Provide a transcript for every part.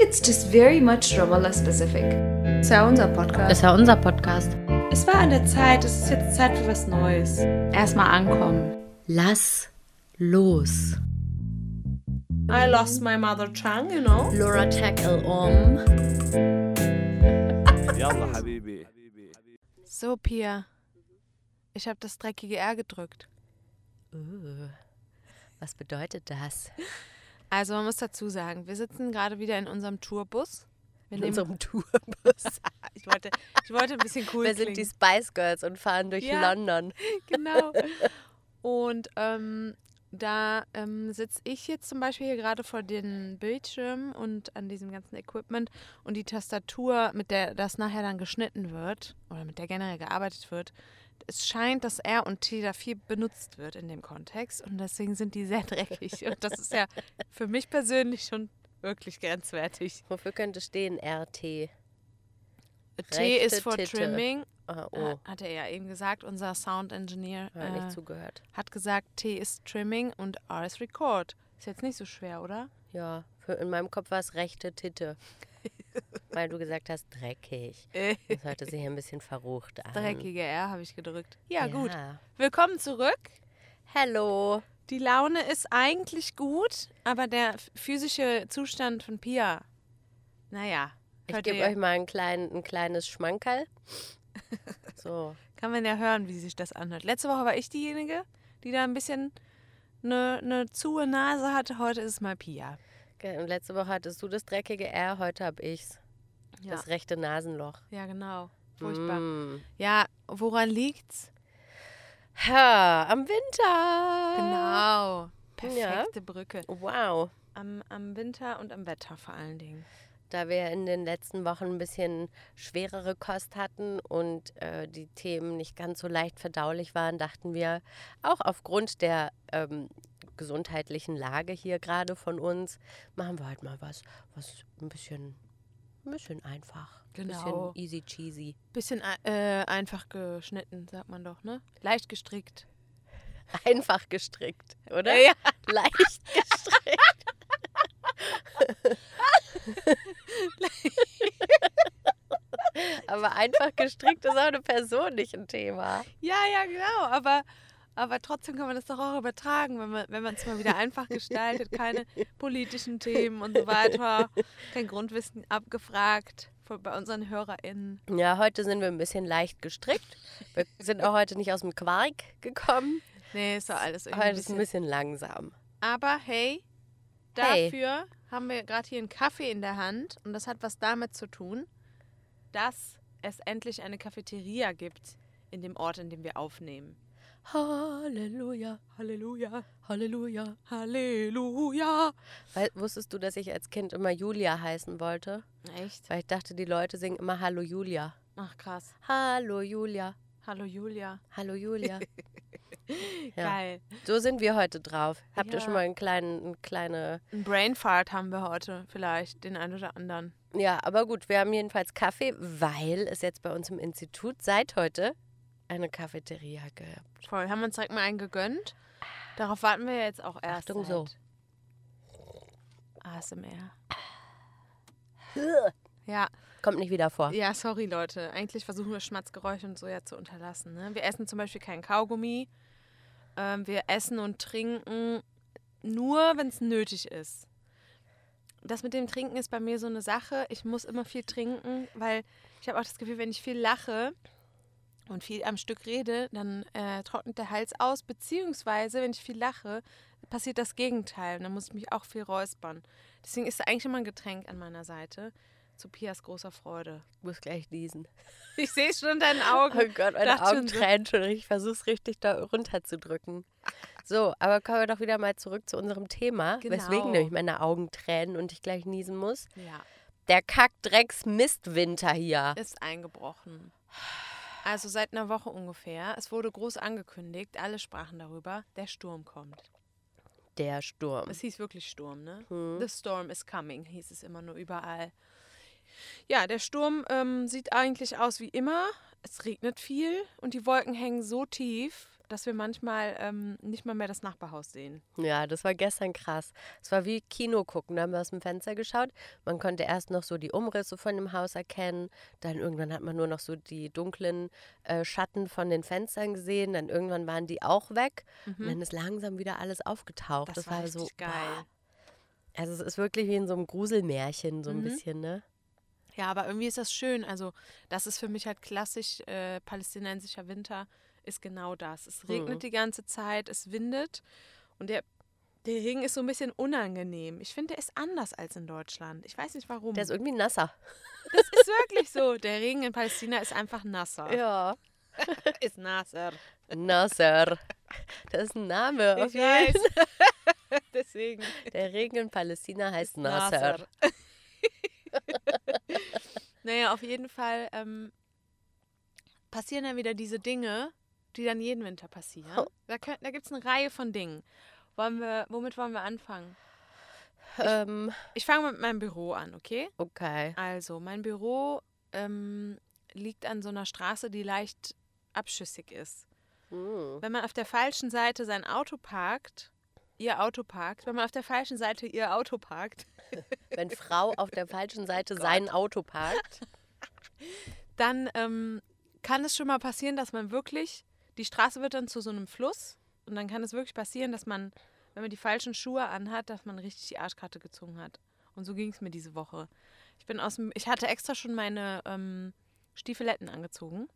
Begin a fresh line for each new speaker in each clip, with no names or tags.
it's just very much Ramallah specific.
Ist ja unser Podcast.
Ist ja unser Podcast.
Es war an der Zeit, es ist jetzt Zeit für was Neues. Erstmal ankommen.
Lass los.
I lost my mother tongue, you know.
Laura Tackle um.
يلا حبيبي
So, Pia. Ich habe das dreckige R gedrückt.
Uh, was bedeutet das?
Also, man muss dazu sagen, wir sitzen gerade wieder in unserem Tourbus. Wir
In
nehmen-
unserem Tourbus.
ich, wollte, ich wollte ein bisschen cool
Wir sind die
klingen.
Spice Girls und fahren durch
Ja.
London.
Genau. Und ähm, da ähm, sitze ich jetzt zum Beispiel hier gerade vor dem Bildschirm und an diesem ganzen Equipment und die Tastatur, mit der das nachher dann geschnitten wird oder mit der generell gearbeitet wird. Es scheint, dass R und T da viel benutzt wird in dem Kontext und deswegen sind die sehr dreckig. Und das ist ja für mich persönlich schon wirklich grenzwertig.
Wofür könnte stehen RT?
T
Rechte
ist for
Titte.
Trimming,
Ah,
äh,
oh,
hat er ja eben gesagt, unser Sound Engineer.
ich habe
äh,
nicht zugehört.
hat gesagt, T ist Trimming und R ist Record. Ist jetzt nicht so schwer, oder?
Ja, für, in meinem Kopf war es rechte Titte. Weil du gesagt hast, dreckig. Das hörte sich ein bisschen verrucht an.
Dreckige R habe ich gedrückt. Ja, gut.
Ähm. Ja.
Willkommen zurück.
Hello.
Die Laune ist eigentlich gut, aber der f- physische Zustand von Pia, naja,
Ich
hört
gebe
ihr-
euch mal ein, klein, ein kleines Schmankerl. So,
kann man ja hören, wie sich das anhört. Letzte Woche war ich diejenige, die da ein bisschen eine ne zuhe Nase hatte. Heute ist es mal Pia.
ge- und letzte Woche hattest du das dreckige R, heute hab ich's. Das rechte Nasenloch.
ja genau. Furchtbar.
Mm.
Ja, woran liegt's?
Ha, am Winter.
Genau. Perfekte Brücke.
Wow.
Am, am Winter und am Wetter vor allen Dingen.
Da wir in den letzten Wochen ein bisschen schwerere Kost hatten und äh, die Themen nicht ganz so leicht verdaulich waren, dachten wir auch aufgrund der ähm, gesundheitlichen Lage hier gerade von uns, machen wir halt mal was, was ein bisschen, ein bisschen einfach.
Genau.
Ein bisschen easy cheesy.
Bisschen äh, einfach geschnitten, sagt man doch, ne? Leicht gestrickt.
Einfach gestrickt, oder?
Ja,
Leicht gestrickt. Aber einfach gestrickt ist auch eine Person, nicht ein Thema.
Ja, ja, genau. Aber, aber trotzdem kann man das doch auch übertragen, wenn man wenn man es mal wieder einfach gestaltet. Keine politischen Themen und so weiter. Kein Grundwissen abgefragt von, bei unseren HörerInnen.
Ja, heute sind wir ein bisschen leicht gestrickt. Wir sind auch heute nicht aus dem Quark gekommen.
Nee, ist doch alles irgendwie.
Heute ist
ein
ein
bisschen.
bisschen langsam.
Aber hey,
Hey.
dafür haben wir gerade hier einen Kaffee in der Hand und das hat was damit zu tun, dass es endlich eine Cafeteria gibt in dem Ort, in dem wir aufnehmen.
Halleluja,
Halleluja,
Halleluja.
Halleluja.
Weil, wusstest du, dass ich als Kind immer Julia heißen wollte?
Echt?
Weil ich dachte, die Leute singen immer Hallo Julia.
Ach krass.
Hallo Julia.
Hallo Julia.
Hallo Julia. Ja.
Geil.
So sind wir heute drauf. Habt ihr
Ja.
schon mal einen kleinen, einen kleine.
Ein Brainfart haben wir heute vielleicht, den einen oder anderen.
Ja, aber gut, wir haben jedenfalls Kaffee, weil es jetzt bei uns im Institut seit heute eine Cafeteria gibt.
Voll, haben wir uns direkt mal einen gegönnt. Darauf warten wir jetzt auch erst.
Achtung, so.
seit- ASMR. Ja,
Kommt nicht wieder vor.
Ja, sorry Leute. Eigentlich versuchen wir Schmatzgeräusche und so ja zu unterlassen. Ne? Wir essen zum Beispiel keinen Kaugummi. Ähm, wir essen und trinken nur, wenn es nötig ist. Das mit dem Trinken ist bei mir so eine Sache. Ich muss immer viel trinken, weil ich habe auch das Gefühl, wenn ich viel lache und viel am Stück rede, dann äh, trocknet der Hals aus. Beziehungsweise, wenn ich viel lache, passiert das Gegenteil. Und dann muss ich mich auch viel räuspern. Deswegen ist da eigentlich immer ein Getränk an meiner Seite. Zu Pias großer Freude.
Ich muss gleich niesen.
Ich sehe es schon in deinen
Oh
Augen.
Gott, meine
Dachte
Augen
schon so.
tränen schon. Ich versuche es richtig da runterzudrücken. So, aber kommen wir doch wieder mal zurück zu unserem Thema,
Genau.
weswegen nämlich meine Augen tränen und ich gleich niesen muss.
Ja,
Der Kackdrecks-Mistwinter hier.
ist eingebrochen. Also seit einer Woche ungefähr. Es wurde groß angekündigt, alle sprachen darüber, der Sturm kommt.
Der Sturm.
Es hieß wirklich Sturm, ne?
Hm.
The Storm is coming, hieß es immer nur überall. Ja, der Sturm ähm, sieht eigentlich aus wie immer. Es regnet viel und die Wolken hängen so tief, dass wir manchmal ähm, nicht mal mehr das Nachbarhaus sehen.
Ja, das war gestern krass. Es war wie Kino gucken. Da haben wir aus dem Fenster geschaut. Man konnte erst noch so die Umrisse von dem Haus erkennen. Dann irgendwann hat man nur noch so die dunklen äh, Schatten von den Fenstern gesehen. Dann irgendwann waren die auch weg. Und dann ist langsam wieder alles aufgetaucht. Mhm. Das, war, so
richtig geil.
boah. Also es ist wirklich wie in so einem Gruselmärchen so ein
Mhm.
bisschen, ne?
Ja, aber irgendwie ist das schön. Also, das ist für mich halt klassisch äh, palästinensischer Winter, ist genau das. Es regnet
Mhm.
die ganze Zeit, es windet und der, der Regen ist so ein bisschen unangenehm. Ich finde, der ist anders als in Deutschland. Ich weiß nicht warum.
Der ist irgendwie nasser.
das ist wirklich so. Der Regen in Palästina ist einfach nasser.
Ja.
Ist nasser.
Nasser. Das ist ein Name. auf
Ich
jeden Fall.
weiß. Deswegen.
Der Regen in Palästina heißt Nasser.
naja, auf jeden Fall ähm, passieren dann wieder diese Dinge, die dann jeden Winter passieren.
Oh.
Da, könnt- da gibt es eine Reihe von Dingen. Wollen wir, womit wollen wir anfangen?
Ähm,
Ich fange mit meinem Büro an, okay?
okay.
Also, mein Büro ähm, liegt an so einer Straße, die leicht abschüssig ist.
Hm.
Wenn man auf der falschen Seite sein Auto parkt, ihr Auto parkt, wenn man auf der falschen Seite ihr Auto parkt,
Wenn Frau auf der
Oh
falschen Seite sein Auto parkt.
dann ähm, kann es schon mal passieren, dass man wirklich, die Straße wird dann zu so einem Fluss und dann kann es wirklich passieren, dass man, wenn man die falschen Schuhe anhat, dass man richtig die Arschkarte gezogen hat. Und so ging es mir diese Woche. Ich bin aus dem, ich hatte extra schon meine ähm, Stiefeletten angezogen,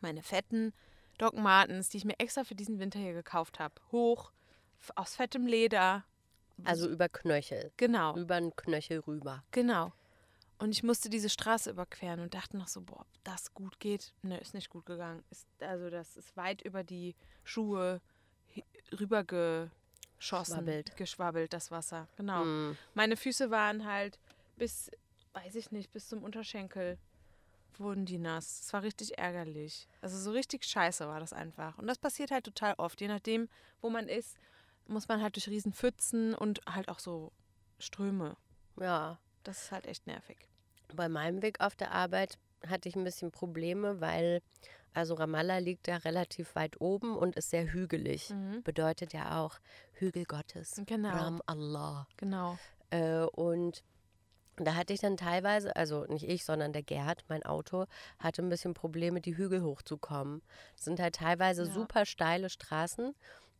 meine fetten Doc Martens, die ich mir extra für diesen Winter hier gekauft habe. Hoch, f- aus fettem Leder.
Also über Knöchel.
Genau.
Über den Knöchel rüber.
Genau. Und ich musste diese Straße überqueren und dachte noch so, boah, ob das gut geht. Ne, ist nicht gut gegangen. Ist, also das ist weit über die Schuhe hi- rübergeschossen.
Schwabbelt.
Geschwabbelt, das Wasser. Genau.
Hm.
Meine Füße waren halt bis, weiß ich nicht, bis zum Unterschenkel wurden die nass. Es war richtig ärgerlich. Also so richtig scheiße war das einfach. Und das passiert halt total oft. Je nachdem, wo man ist, muss man halt durch riesen Pfützen und halt auch so Ströme.
Ja.
Das ist halt echt nervig.
Bei meinem Weg auf der Arbeit hatte ich ein bisschen Probleme, weil also Ramallah liegt ja relativ weit oben und ist sehr hügelig.
Mhm.
Bedeutet ja auch Hügel Gottes.
Genau.
Ram Allah.
Genau.
Äh, und da hatte ich dann teilweise, also nicht ich, sondern der Gerd, mein Auto, hatte ein bisschen Probleme, die Hügel hochzukommen. Es sind halt teilweise
Ja.
super steile Straßen.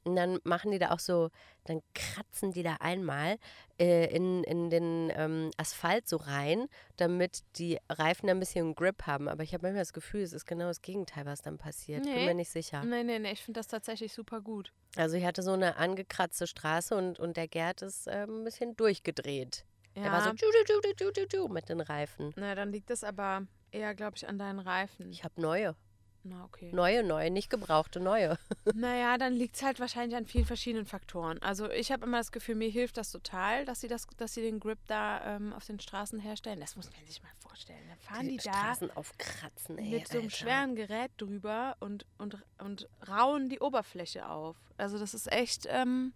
Und dann machen die da auch so, dann kratzen die da einmal äh, in, in den ähm, Asphalt so rein, damit die Reifen da ein bisschen Grip haben. Aber ich habe manchmal das Gefühl, es ist genau das Gegenteil, was dann passiert. Bin
Nee.
mir nicht sicher.
Nein, nein, nein, ich finde das tatsächlich super gut.
Also ich hatte so eine angekratzte Straße und, und der Gerd ist äh, ein bisschen durchgedreht.
Ja.
Der war so tschu, tschu, tschu, tschu, tschu, tschu mit den Reifen.
Na, dann liegt das aber eher, glaube ich, an deinen Reifen.
Ich habe neue,
Na, okay.
neue, neue, nicht gebrauchte, neue.
Naja, dann liegt es halt wahrscheinlich an vielen verschiedenen Faktoren. Also ich habe immer das Gefühl, mir hilft das total, dass sie, das, dass sie den Grip da ähm, auf den Straßen herstellen. Das muss man sich mal vorstellen. Dann fahren die, da
Straßen aufkratzen, ey.
mit so einem
Alter.
schweren Gerät drüber und, und, und rauen die Oberfläche auf. Also das ist echt, ähm,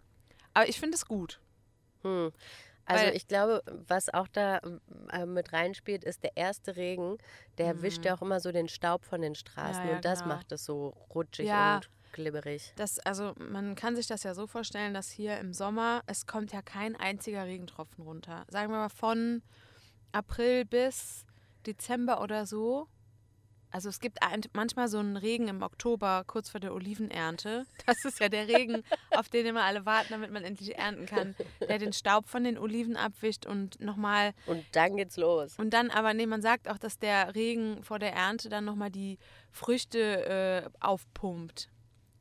aber ich finde es gut.
Hm. Also
Weil-
ich glaube, was auch da äh, mit reinspielt, ist der erste Regen, der
Mhm.
wischt ja auch immer so den Staub von den Straßen
Ja, ja,
und das
klar.
macht es so rutschig
Ja.
und glibberig.
Das, also man kann sich das ja so vorstellen, dass hier im Sommer, es kommt ja kein einziger Regentropfen runter. Sagen wir mal von April bis Dezember oder so. Also es gibt ein, manchmal so einen Regen im Oktober, kurz vor der Olivenernte. Das ist ja der Regen, auf den immer alle warten, damit man endlich ernten kann. Der den Staub von den Oliven abwischt und nochmal
Und dann geht's los.
und dann aber, nee, man sagt auch, dass der Regen vor der Ernte dann nochmal die Früchte äh, aufpumpt.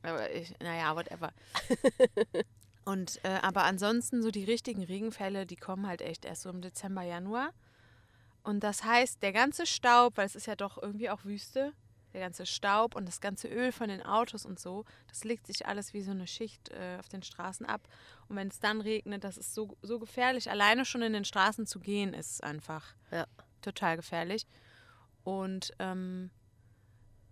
Aber ich, naja, whatever. Und äh, aber ansonsten so die richtigen Regenfälle, die kommen halt echt erst so im Dezember, Januar. Und das heißt, der ganze Staub, weil es ist ja doch irgendwie auch Wüste, der ganze Staub und das ganze Öl von den Autos und so, das legt sich alles wie so eine Schicht äh, auf den Straßen ab. Und wenn es dann regnet, das ist so, so gefährlich. Alleine schon in den Straßen zu gehen, ist einfach
Ja.
total gefährlich. Und ähm,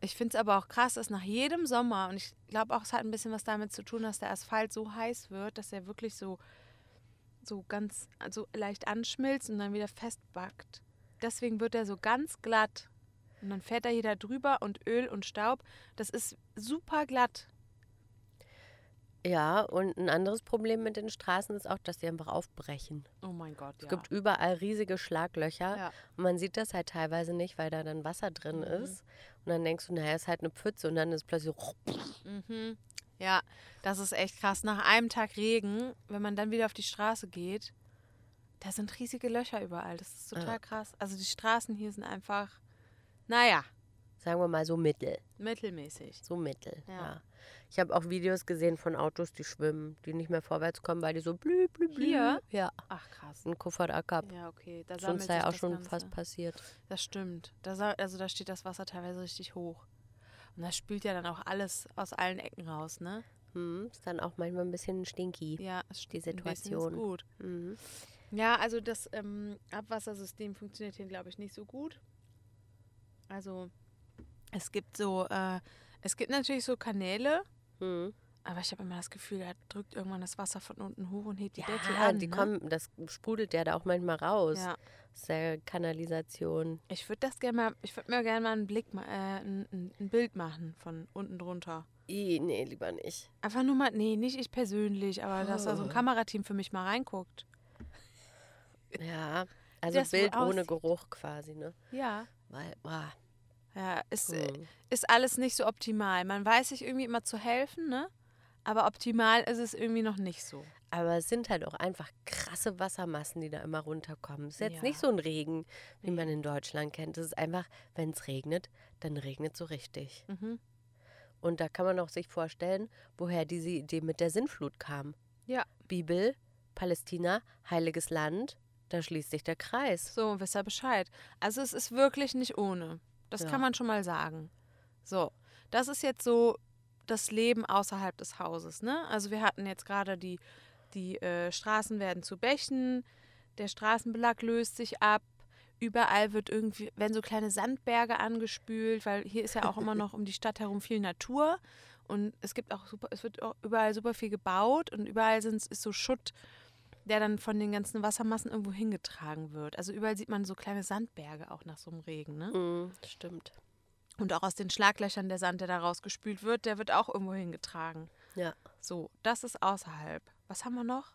ich finde es aber auch krass, dass nach jedem Sommer, und ich glaube auch, es hat ein bisschen was damit zu tun, dass der Asphalt so heiß wird, dass er wirklich so, so ganz also leicht anschmilzt und dann wieder festbackt. Deswegen wird er so ganz glatt. Und dann fährt er hier da drüber und Öl und Staub. Das ist super glatt.
Ja, und ein anderes Problem mit den Straßen ist auch, dass die einfach aufbrechen.
Oh mein Gott, ja.
Es gibt überall riesige Schlaglöcher.
Ja.
Und man sieht das halt teilweise nicht, weil da dann Wasser drin ist. Und dann denkst du, naja, ist halt eine Pfütze. Und dann ist plötzlich.
Mhm. Ja, das ist echt krass. Nach einem Tag Regen, wenn man dann wieder auf die Straße geht, da sind riesige Löcher überall. Das ist total
Ja.
krass. Also die Straßen hier sind einfach, naja,
Sagen wir mal so mittel.
mittelmäßig.
So mittel. Ja.
Ja.
Ich habe auch Videos gesehen von Autos, die schwimmen, die nicht mehr vorwärts kommen, weil die so blü, blü, blü.
Hier?
Mhm, Ja.
Ach krass.
Ein Kufferacker. Ja,
Ja, okay. Da sammelt
Sonst
sich
sei auch
das
schon
Ganze.
fast passiert.
Das stimmt. Da, sa- also da steht das Wasser teilweise richtig hoch. Und da spült ja dann auch alles aus allen Ecken raus, ne?
Hm, ist dann auch manchmal ein bisschen stinky.
Ja, es
Die
stimmt. Ein bisschen
Situation.
Ist gut.
Mhm.
Ja, also das ähm, Abwassersystem funktioniert hier, glaube ich, nicht so gut. Also es gibt so, äh, es gibt natürlich so Kanäle,
Hm.
aber ich habe immer das Gefühl, da drückt irgendwann das Wasser von unten hoch und hebt die
Ja,
Deckel an.
die
ne?
kommen, das sprudelt ja da auch manchmal raus.
Ja.
Aus der Kanalisation.
Ich würde das gerne mal, ich würde mir gerne mal einen Blick, ma- äh, ein, ein- ein Bild machen von unten drunter.
I, nee, lieber nicht.
Einfach nur mal, nee, nicht ich persönlich, aber dass da so ein Kamerateam für mich mal reinguckt.
Ja, also
das wohl
Bild ohne
aussieht.
Geruch quasi, ne?
Ja.
Weil, boah,
Ja, ist, äh,
hm.
ist alles nicht so optimal. Man weiß sich irgendwie immer zu helfen, ne? Aber optimal ist es irgendwie noch nicht so.
Aber es sind halt auch einfach krasse Wassermassen, die da immer runterkommen. Es ist jetzt
Ja.
nicht so ein Regen, wie
Nee.
man in Deutschland kennt. Es ist einfach, wenn es regnet, dann regnet so richtig.
Mhm.
Und da kann man auch sich vorstellen, woher diese Idee mit der Sinnflut kam.
Ja.
Bibel, Palästina, heiliges Land, da schließt sich der Kreis.
So, wisst ihr Bescheid. Also es ist wirklich nicht ohne. Das
Ja.
kann man schon mal sagen. So, das ist jetzt so das Leben außerhalb des Hauses, ne? Also wir hatten jetzt gerade die, die äh, Straßen werden zu Bächen, der Straßenbelag löst sich ab. Überall wird irgendwie, werden so kleine Sandberge angespült, weil hier ist ja auch immer noch um die Stadt herum viel Natur. Und es gibt auch super, es wird auch überall super viel gebaut und überall sind, ist so Schutt, der dann von den ganzen Wassermassen irgendwo hingetragen wird. Also überall sieht man so kleine Sandberge auch nach so einem Regen. Ne?
Mhm, stimmt.
Und auch aus den Schlaglöchern der Sand, der da rausgespült wird, der wird auch irgendwo hingetragen.
Ja.
So, das ist außerhalb. Was haben wir noch?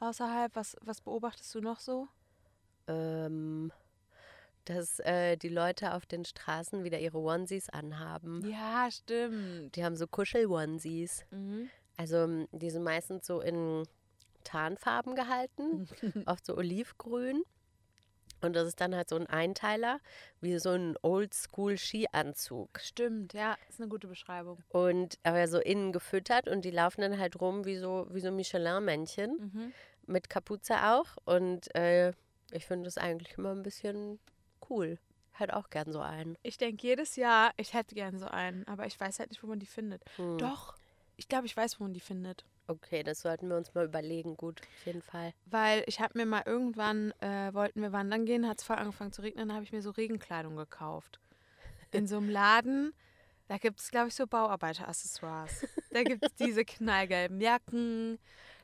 Außerhalb, was, was beobachtest du noch so?
Ähm, dass äh, die Leute auf den Straßen wieder ihre Onesies anhaben.
Ja, stimmt.
Die haben so Kuschel-Onesies.
Mhm.
Also m, die sind meistens so in Tarnfarben gehalten, oft so olivgrün. Und das ist dann halt so ein Einteiler, wie so ein Oldschool-Skianzug.
Stimmt, ja, ist eine gute Beschreibung.
Und aber so innen gefüttert und die laufen dann halt rum wie so, wie so Michelin-Männchen
Mhm.
mit Kapuze auch. Und äh, ich finde das eigentlich immer ein bisschen cool. Hätte auch gern so einen.
Ich denke jedes Jahr, ich hätte gern so einen, aber ich weiß halt nicht, wo man die findet.
Hm.
Doch, ich glaube, ich weiß, wo man die findet.
Okay, das sollten wir uns mal überlegen. Gut, auf jeden Fall.
Weil ich habe mir mal irgendwann, äh, wollten wir wandern gehen, hat es voll angefangen zu regnen, dann habe ich mir so Regenkleidung gekauft. In so einem Laden, da gibt es, glaube ich, so Bauarbeiter-Accessoires. Da gibt es diese knallgelben Jacken,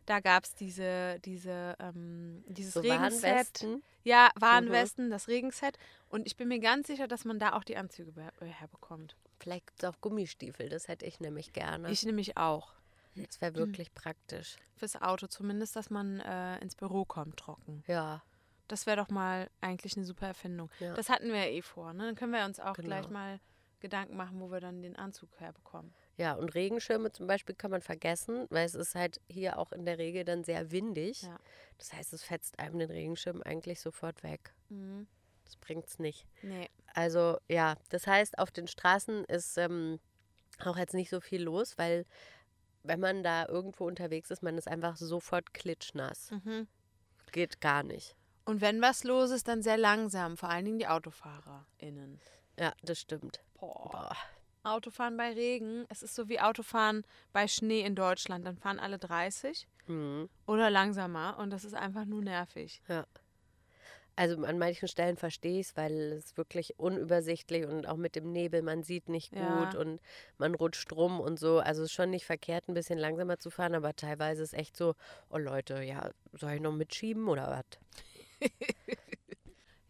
da gab es diese, diese, ähm, dieses
So
Regenset. Hm.
Warnwesten.
Ja, Warnwesten, das Regenset. Und ich bin mir ganz sicher, dass man da auch die Anzüge be- äh, herbekommt.
Vielleicht gibt es auch Gummistiefel, das hätte ich nämlich gerne.
Ich hm. nämlich auch.
das wäre wirklich praktisch.
Fürs Auto zumindest, dass man äh, ins Büro kommt trocken.
Ja,
Das wäre doch mal eigentlich eine super Erfindung.
Ja.
Das hatten wir ja eh vor. Ne? Dann können wir uns auch
Genau.
gleich mal Gedanken machen, wo wir dann den Anzug herbekommen.
ja, und Regenschirme zum Beispiel kann man vergessen, weil es ist halt hier auch in der Regel dann sehr windig.
Ja.
Das heißt, es fetzt einem den Regenschirm eigentlich sofort weg.
Mhm.
Das bringt's nicht.
Nee.
Also ja, das heißt, auf den Straßen ist ähm, auch jetzt nicht so viel los, weil wenn man da irgendwo unterwegs ist, man ist einfach sofort klitschnass.
Mhm.
Geht gar nicht.
Und wenn was los ist, dann sehr langsam. Vor allen Dingen die AutofahrerInnen.
Ja, das stimmt.
Boah.
Boah.
Autofahren bei Regen. Es ist so wie Autofahren bei Schnee in Deutschland. Dann fahren alle 30
Mhm.
oder langsamer. Und das ist einfach nur nervig.
Also an manchen Stellen verstehe ich es, weil es wirklich unübersichtlich und auch mit dem Nebel, man sieht nicht gut
Ja.
und man rutscht rum und so. Also es ist schon nicht verkehrt, ein bisschen langsamer zu fahren, aber teilweise ist echt so, oh Leute, ja, soll ich noch mitschieben oder was?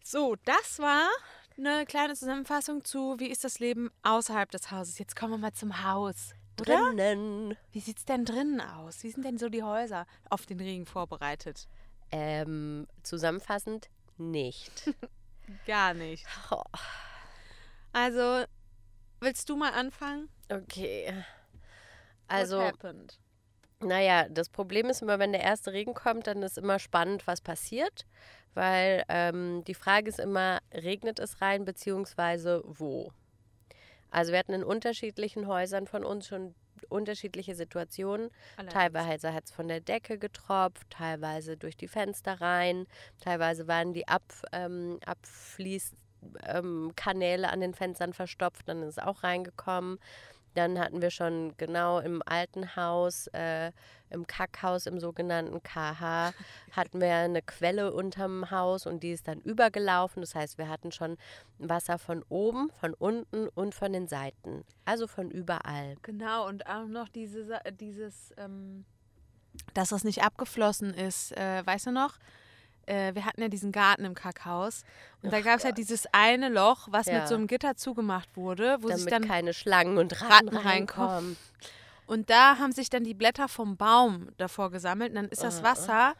So, das war eine kleine Zusammenfassung zu, wie ist das Leben außerhalb des Hauses. Jetzt kommen wir mal zum Haus. Oder?
drinnen.
Wie sieht's denn drinnen aus? Wie sind denn so die Häuser auf den Regen vorbereitet?
Ähm, zusammenfassend nicht.
Gar nicht.
Oh,
Also, willst du mal anfangen?
okay.
What
Also,
happened?
naja, das Problem ist immer, wenn der erste Regen kommt, dann ist immer spannend, was passiert. Weil ähm, die Frage ist immer, regnet es rein, beziehungsweise wo? Also wir hatten in unterschiedlichen Häusern von uns schon unterschiedliche Situationen. Teilweise hat es von der Decke getropft, teilweise durch die Fenster rein, teilweise waren die Ab, ähm, Abfließkanäle ähm, Kanäle an den Fenstern verstopft, dann ist es auch reingekommen. Dann hatten wir schon genau im alten Haus, äh, im Kackhaus, im sogenannten KH, hatten wir eine Quelle unterm Haus und die ist dann übergelaufen. Das heißt, wir hatten schon Wasser von oben, von unten und von den Seiten. Also von überall.
Genau, und auch noch diese, Sa- äh, dieses, ähm, dass das nicht abgeflossen ist, äh, weißt du noch? Äh, wir hatten ja diesen Garten im Kackhaus und da
Ach
gab es ja
Gott.
dieses eine Loch, was
Ja.
mit so einem Gitter zugemacht wurde, wo sich
Damit
dann
keine Schlangen und
Ratten
Ratten,
reinkommen.
reinkommen.
und da haben sich dann die Blätter vom Baum davor gesammelt und dann ist
Ah,
das
ah.
Wasser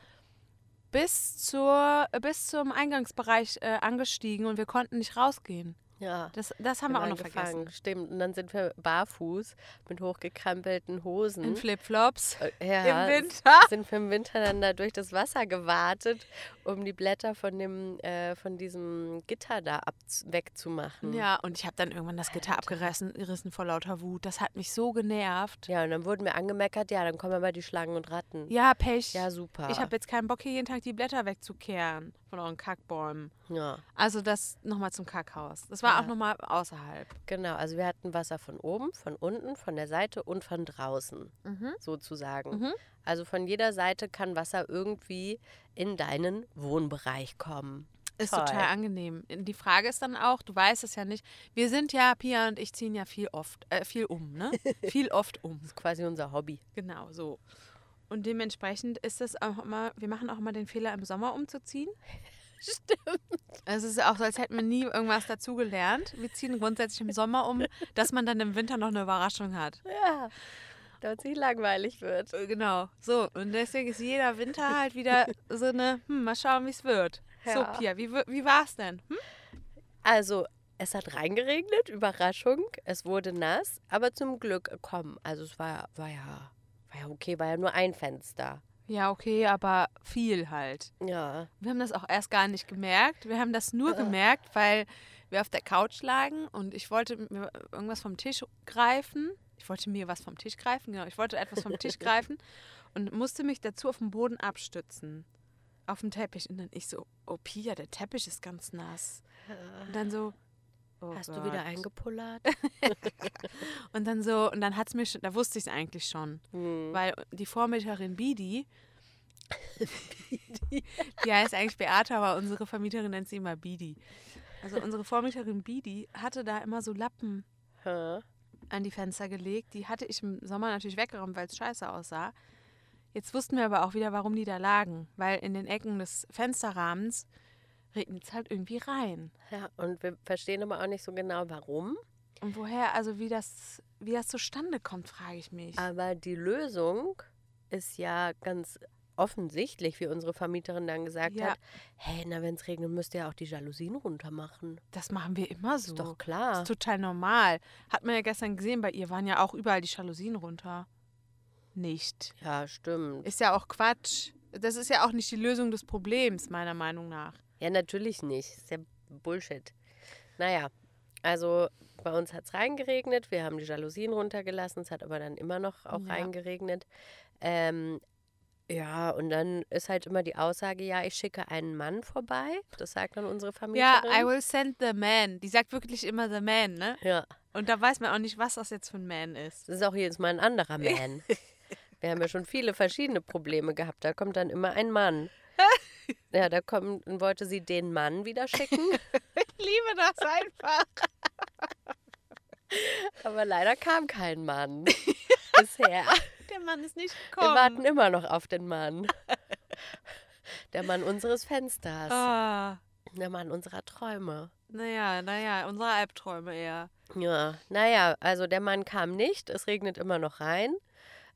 bis zur äh, bis zum Eingangsbereich äh, angestiegen und wir konnten nicht rausgehen.
Ja.
Das, das haben wir, auch
waren
noch vergessen.
Stimmt. Und dann sind wir barfuß mit hochgekrempelten Hosen.
In Flipflops
Äh, ja,
im Winter.
Sind wir im Winter dann da durch das Wasser gewartet, um die Blätter von dem, äh, von diesem Gitter da ab wegzumachen.
Ja, und ich habe dann irgendwann das Gitter abgerissen gerissen vor lauter Wut. Das hat mich so genervt.
Ja, und dann wurden wir angemeckert, ja, dann kommen aber die Schlangen und Ratten.
Ja, Pech.
Ja, super.
ich habe jetzt keinen Bock, hier jeden Tag die Blätter wegzukehren von euren Kackbäumen.
ja,
Also das nochmal zum Kackhaus. Das war
Ja.
auch nochmal außerhalb.
genau. Also wir hatten Wasser von oben, von unten, von der Seite und von draußen, sozusagen.
Mhm.
Also von jeder Seite kann Wasser irgendwie in deinen Wohnbereich kommen.
Ist
Toll.
total angenehm. Die Frage ist dann auch, du weißt es ja nicht. Wir sind ja, Pia und ich ziehen ja viel oft, äh, viel um, ne? viel oft um.
Das ist quasi unser Hobby.
Genau, so. Und dementsprechend ist es auch immer, wir machen auch mal den Fehler, im Sommer umzuziehen.
Stimmt.
Also es ist auch so, als hätten wir nie irgendwas dazugelernt. Wir ziehen grundsätzlich im Sommer um, dass man dann im Winter noch eine Überraschung hat.
Ja. Damit es nicht langweilig wird.
Äh, Genau, so. Und deswegen ist jeder Winter halt wieder so eine, hm, mal schauen, wie es wird.
Ja.
So, Pia, wie, wi- wie war es denn? Hm?
Also, es hat reingeregnet, Überraschung. Es wurde nass, aber zum Glück kommen. Also, es war, war, ja, war ja okay, war ja nur ein Fenster.
Ja, okay, aber viel halt.
Ja.
Wir haben das auch erst gar nicht gemerkt. Wir haben das
Äh.
nur gemerkt, weil wir auf der Couch lagen und ich wollte mir irgendwas vom Tisch greifen. Ich wollte mir was vom Tisch greifen, genau. Ich wollte etwas vom Tisch greifen und musste mich dazu auf den Boden abstützen. Auf dem Teppich. Und dann ich so, oh Pia, der Teppich ist ganz nass. Und dann so, oh
Hast
Gott.
du wieder eingepullert?
Und dann so, und dann hat es mir schon, da wusste ich es eigentlich schon.
Hm.
Weil die Vormieterin Bidi, die heißt eigentlich Beata, aber unsere Vermieterin nennt sie immer Bidi. Also unsere Vormieterin Bidi hatte da immer so Lappen
Hä?
an die Fenster gelegt. Die hatte ich im Sommer natürlich weggeräumt, weil es scheiße aussah. Jetzt wussten wir aber auch wieder, warum die da lagen. Weil in den Ecken des Fensterrahmens regnet es halt irgendwie rein.
Ja, und wir verstehen aber auch nicht so genau, warum.
Und woher, also wie das, wie das zustande kommt, frage ich mich.
Aber die Lösung ist ja ganz offensichtlich, wie unsere Vermieterin dann gesagt
Ja.
hat: Hey, na, wenn es regnet, müsst ihr auch die Jalousien runter machen.
Das machen wir immer so.
Ist doch klar.
ist total normal. Hat man ja gestern gesehen, bei ihr waren ja auch überall die Jalousien runter. Nicht.
ja, stimmt.
Ist ja auch Quatsch. Das ist ja auch nicht die Lösung des Problems, meiner Meinung nach.
Ja, natürlich nicht. Ist ja Bullshit. Naja, also bei uns hat es reingeregnet. Wir haben die Jalousien runtergelassen. Es hat aber dann immer noch auch
Ja.
reingeregnet. Ähm, ja, und dann ist halt immer die Aussage, ja, ich schicke einen Mann vorbei. Das sagt dann unsere
Ja,
Vermieterin.
I will send the man. Die sagt wirklich immer the man, ne?
ja,
Und da weiß man auch nicht, was das jetzt für ein Man ist.
das ist auch jedes Mal ein anderer Mann. Wir haben ja schon viele verschiedene Probleme gehabt. Da kommt dann immer ein Mann. Ja, da kommt, wollte sie den Mann wieder schicken,
Ich liebe das einfach.
aber leider kam kein Mann bisher.
Der Mann ist nicht
Wir warten
gekommen.
immer noch auf den Mann. Der Mann unseres Fensters.
Ah,
Der Mann unserer Träume.
Naja, naja, unsere Albträume eher.
Ja, naja, also der Mann kam nicht, es regnet immer noch rein.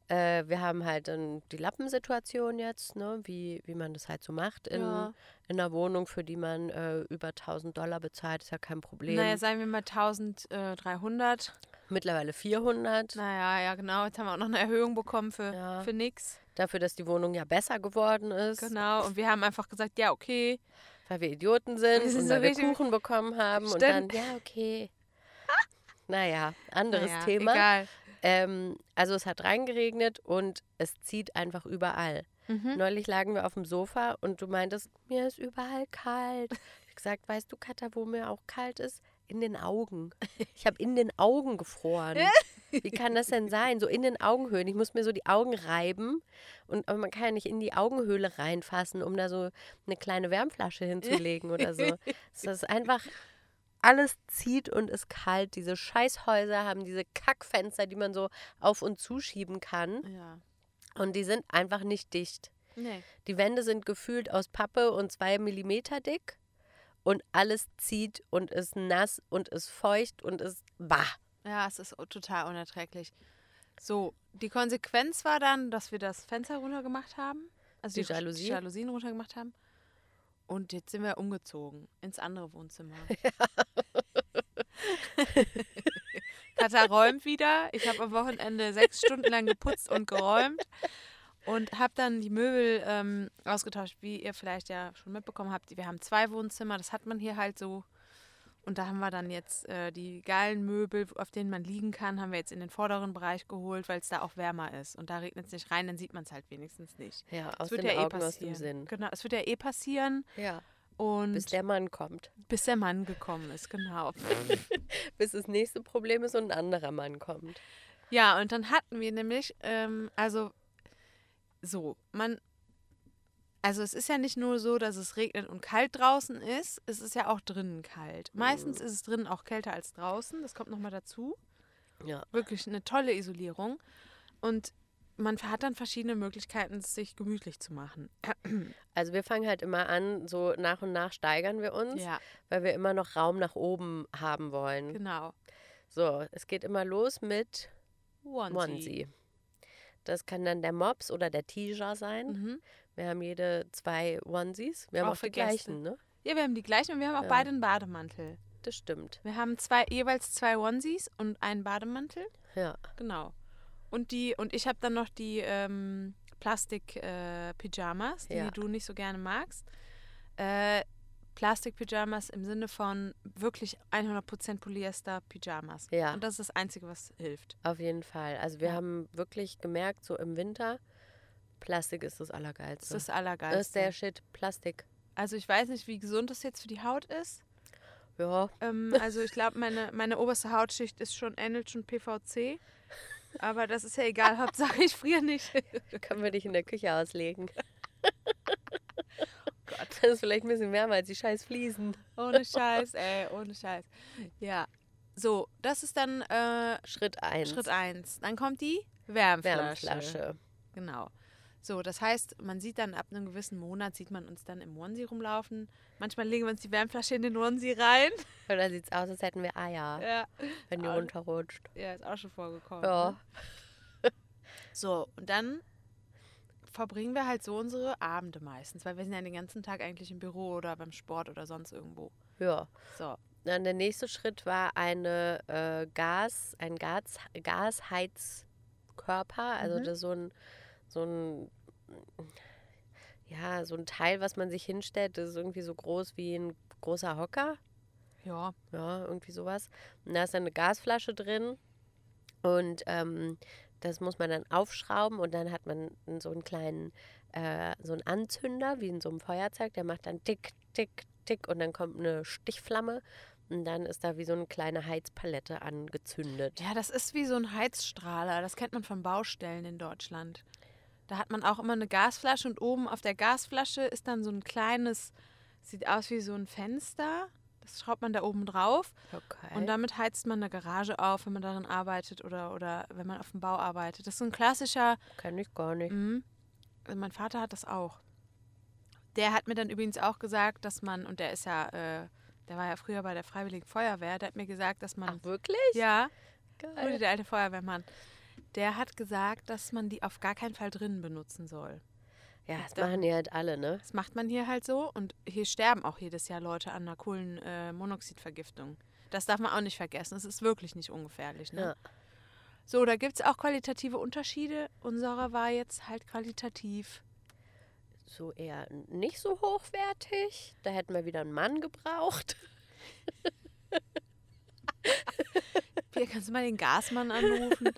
Äh, wir haben halt dann die Lappensituation jetzt, ne? wie, wie man das halt so macht in,
Ja.
in einer Wohnung, für die man äh, über 1000 Dollar bezahlt, ist ja kein Problem.
Naja, sagen wir mal 1300.
Mittlerweile 400.
Naja, ja, genau. Jetzt haben wir auch noch eine Erhöhung bekommen für,
Ja.
für nix.
Dafür, dass die Wohnung ja besser geworden ist,
Genau. Und wir haben einfach gesagt, ja, okay.
weil wir Idioten sind
Das ist
und
so
weil wir
richtig-
Kuchen bekommen haben
Stimmt.
und dann, ja, okay. naja, anderes
naja,
Thema.
Egal.
Ähm, also es hat reingeregnet und es zieht einfach überall.
Mhm.
Neulich lagen wir auf dem Sofa und du meintest, mir ist überall kalt. Ich hab gesagt, weißt du, Katha, wo mir auch kalt ist? In den Augen. Ich habe in den Augen gefroren. Wie kann das denn sein? So in den Augenhöhlen. Ich muss mir so die Augen reiben. Und, aber man kann ja nicht in die Augenhöhle reinfassen, um da so eine kleine Wärmflasche hinzulegen oder so. Es ist einfach, alles zieht und ist kalt. Diese Scheißhäuser haben diese Kackfenster, die man so auf und zuschieben kann.
Ja.
Und die sind einfach nicht dicht.
Nee.
Die Wände sind gefühlt aus Pappe und zwei Millimeter dick und alles zieht und ist nass und ist feucht und ist bah.
Ja, es ist total unerträglich. So, die Konsequenz war dann, dass wir das Fenster runtergemacht haben. Also
Die
die, Jalousie.
Jalousie?
die Jalousien runtergemacht haben. Und jetzt sind wir umgezogen ins andere Wohnzimmer. Katha räumt wieder. Ich habe am Wochenende sechs Stunden lang geputzt und geräumt und habe dann die Möbel ähm, ausgetauscht, wie ihr vielleicht ja schon mitbekommen habt. Wir haben zwei Wohnzimmer, das hat man hier halt so. Und da haben wir dann jetzt äh, die geilen Möbel, auf denen man liegen kann, haben wir jetzt in den vorderen Bereich geholt, weil es da auch wärmer ist. Und da regnet es nicht rein, dann sieht man es halt wenigstens nicht.
Ja,
Es eh
aus den Augen, aus dem Sinn.
Genau, es wird ja eh passieren.
Ja.
Und
Bis der Mann kommt.
bis der Mann gekommen ist, genau.
Bis das nächste Problem ist und ein anderer Mann kommt.
Ja, und dann hatten wir nämlich, ähm, also so, man, also es ist ja nicht nur so, dass es regnet und kalt draußen ist, es ist ja auch drinnen kalt.
Mhm.
Meistens ist es drinnen auch kälter als draußen, das kommt nochmal dazu.
Ja.
Wirklich eine tolle Isolierung. Und man hat dann verschiedene Möglichkeiten, es sich gemütlich zu machen.
Also wir fangen halt immer an, so nach und nach steigern wir uns,
Ja,
weil wir immer noch Raum nach oben haben wollen.
genau.
So, es geht immer los mit
Onesie.
Onesie. Das kann dann der Mops oder der Tiger sein.
Mhm.
Wir haben jede zwei Onesies. Wir haben
Auch
auch,
für
die gleichen, ne?
Ja, wir haben die gleichen und wir haben auch
Ja.
beide einen Bademantel.
Das stimmt.
Wir haben zwei, jeweils zwei Onesies und einen Bademantel.
Ja.
Genau. Und die, und ich habe dann noch die ähm, Plastik-Pyjamas, äh, Pyjamas, die
Ja.
du nicht so gerne magst. Äh, Plastik-Pyjamas im Sinne von wirklich 100% Polyester-Pyjamas.
Ja.
Und das ist das Einzige, was hilft.
Auf jeden Fall. Also wir haben wirklich gemerkt, so im Winter, Plastik ist das
Das
Allergeilste.
ist das
Das ist der
Allergeilste.
Shit. Plastik.
Also ich weiß nicht, wie gesund das jetzt für die Haut ist.
Ja.
Ähm, also ich glaube, meine, meine oberste Hautschicht ist schon, ähnelt schon PVC. Aber das ist ja egal, Hauptsache ich friere nicht.
Können wir dich in der Küche auslegen. Das ist vielleicht ein bisschen wärmer als die scheiß Fliesen.
Ohne Scheiß, ey, ohne Scheiß. Ja. So, das ist dann äh,
Schritt 1.
Schritt 1. Dann kommt die Wärmflasche.
Wärmflasche.
Genau. So, das heißt, man sieht dann ab einem gewissen Monat, sieht man uns dann im Onesie rumlaufen. Manchmal legen wir uns die Wärmflasche in den Onesie rein.
Und dann sieht es aus, als hätten wir Eier,
Ja,
wenn die
Ah.
runterrutscht.
ja ist auch schon vorgekommen.
Ja.
ne? So, und dann verbringen wir halt so unsere Abende meistens, weil wir sind ja den ganzen Tag eigentlich im Büro oder beim Sport oder sonst irgendwo.
Ja.
So,
Dann der nächste Schritt war eine äh, Gas, ein Gas, Gasheizkörper, also
Mhm.
das ist so ein, so ein, ja, so ein Teil, was man sich hinstellt, das ist irgendwie so groß wie ein großer Hocker,
ja.
ja, ne, irgendwie sowas. Und da ist dann eine Gasflasche drin und ähm, das muss man dann aufschrauben und dann hat man so einen kleinen, äh, so einen Anzünder wie in so einem Feuerzeug, der macht dann tick, tick, tick und dann kommt eine Stichflamme und dann ist da wie so eine kleine Heizpalette angezündet.
Ja, das ist wie so ein Heizstrahler. Das kennt man von Baustellen in Deutschland. Da hat man auch immer eine Gasflasche und oben auf der Gasflasche ist dann so ein kleines, sieht aus wie so ein Fenster. Das schraubt man da oben drauf
Okay.
und damit heizt man eine Garage auf, wenn man darin arbeitet oder, oder wenn man auf dem Bau arbeitet. Das ist so ein klassischer,
kann ich gar nicht.
mhm. also mein Vater hat das auch. Der hat mir dann übrigens auch gesagt, dass man, und der ist ja, äh, der war ja früher bei der Freiwilligen Feuerwehr, der hat mir gesagt, dass man.
Ach, Äh. wirklich?
ja, wurde
Geil.
der alte Feuerwehrmann. Der hat gesagt, dass man die auf gar keinen Fall drinnen benutzen soll.
Ja, das machen die halt alle, ne?
Das macht man hier halt so und hier sterben auch jedes Jahr Leute an einer Kohlenmonoxidvergiftung. Äh, Monoxidvergiftung. das darf man auch nicht vergessen. Es ist wirklich nicht ungefährlich. Ne?
Ja.
So, da gibt es auch qualitative Unterschiede. Unserer war jetzt halt qualitativ.
So eher nicht so hochwertig. Da hätten wir wieder einen Mann gebraucht.
Hier kannst du mal den Gasmann anrufen.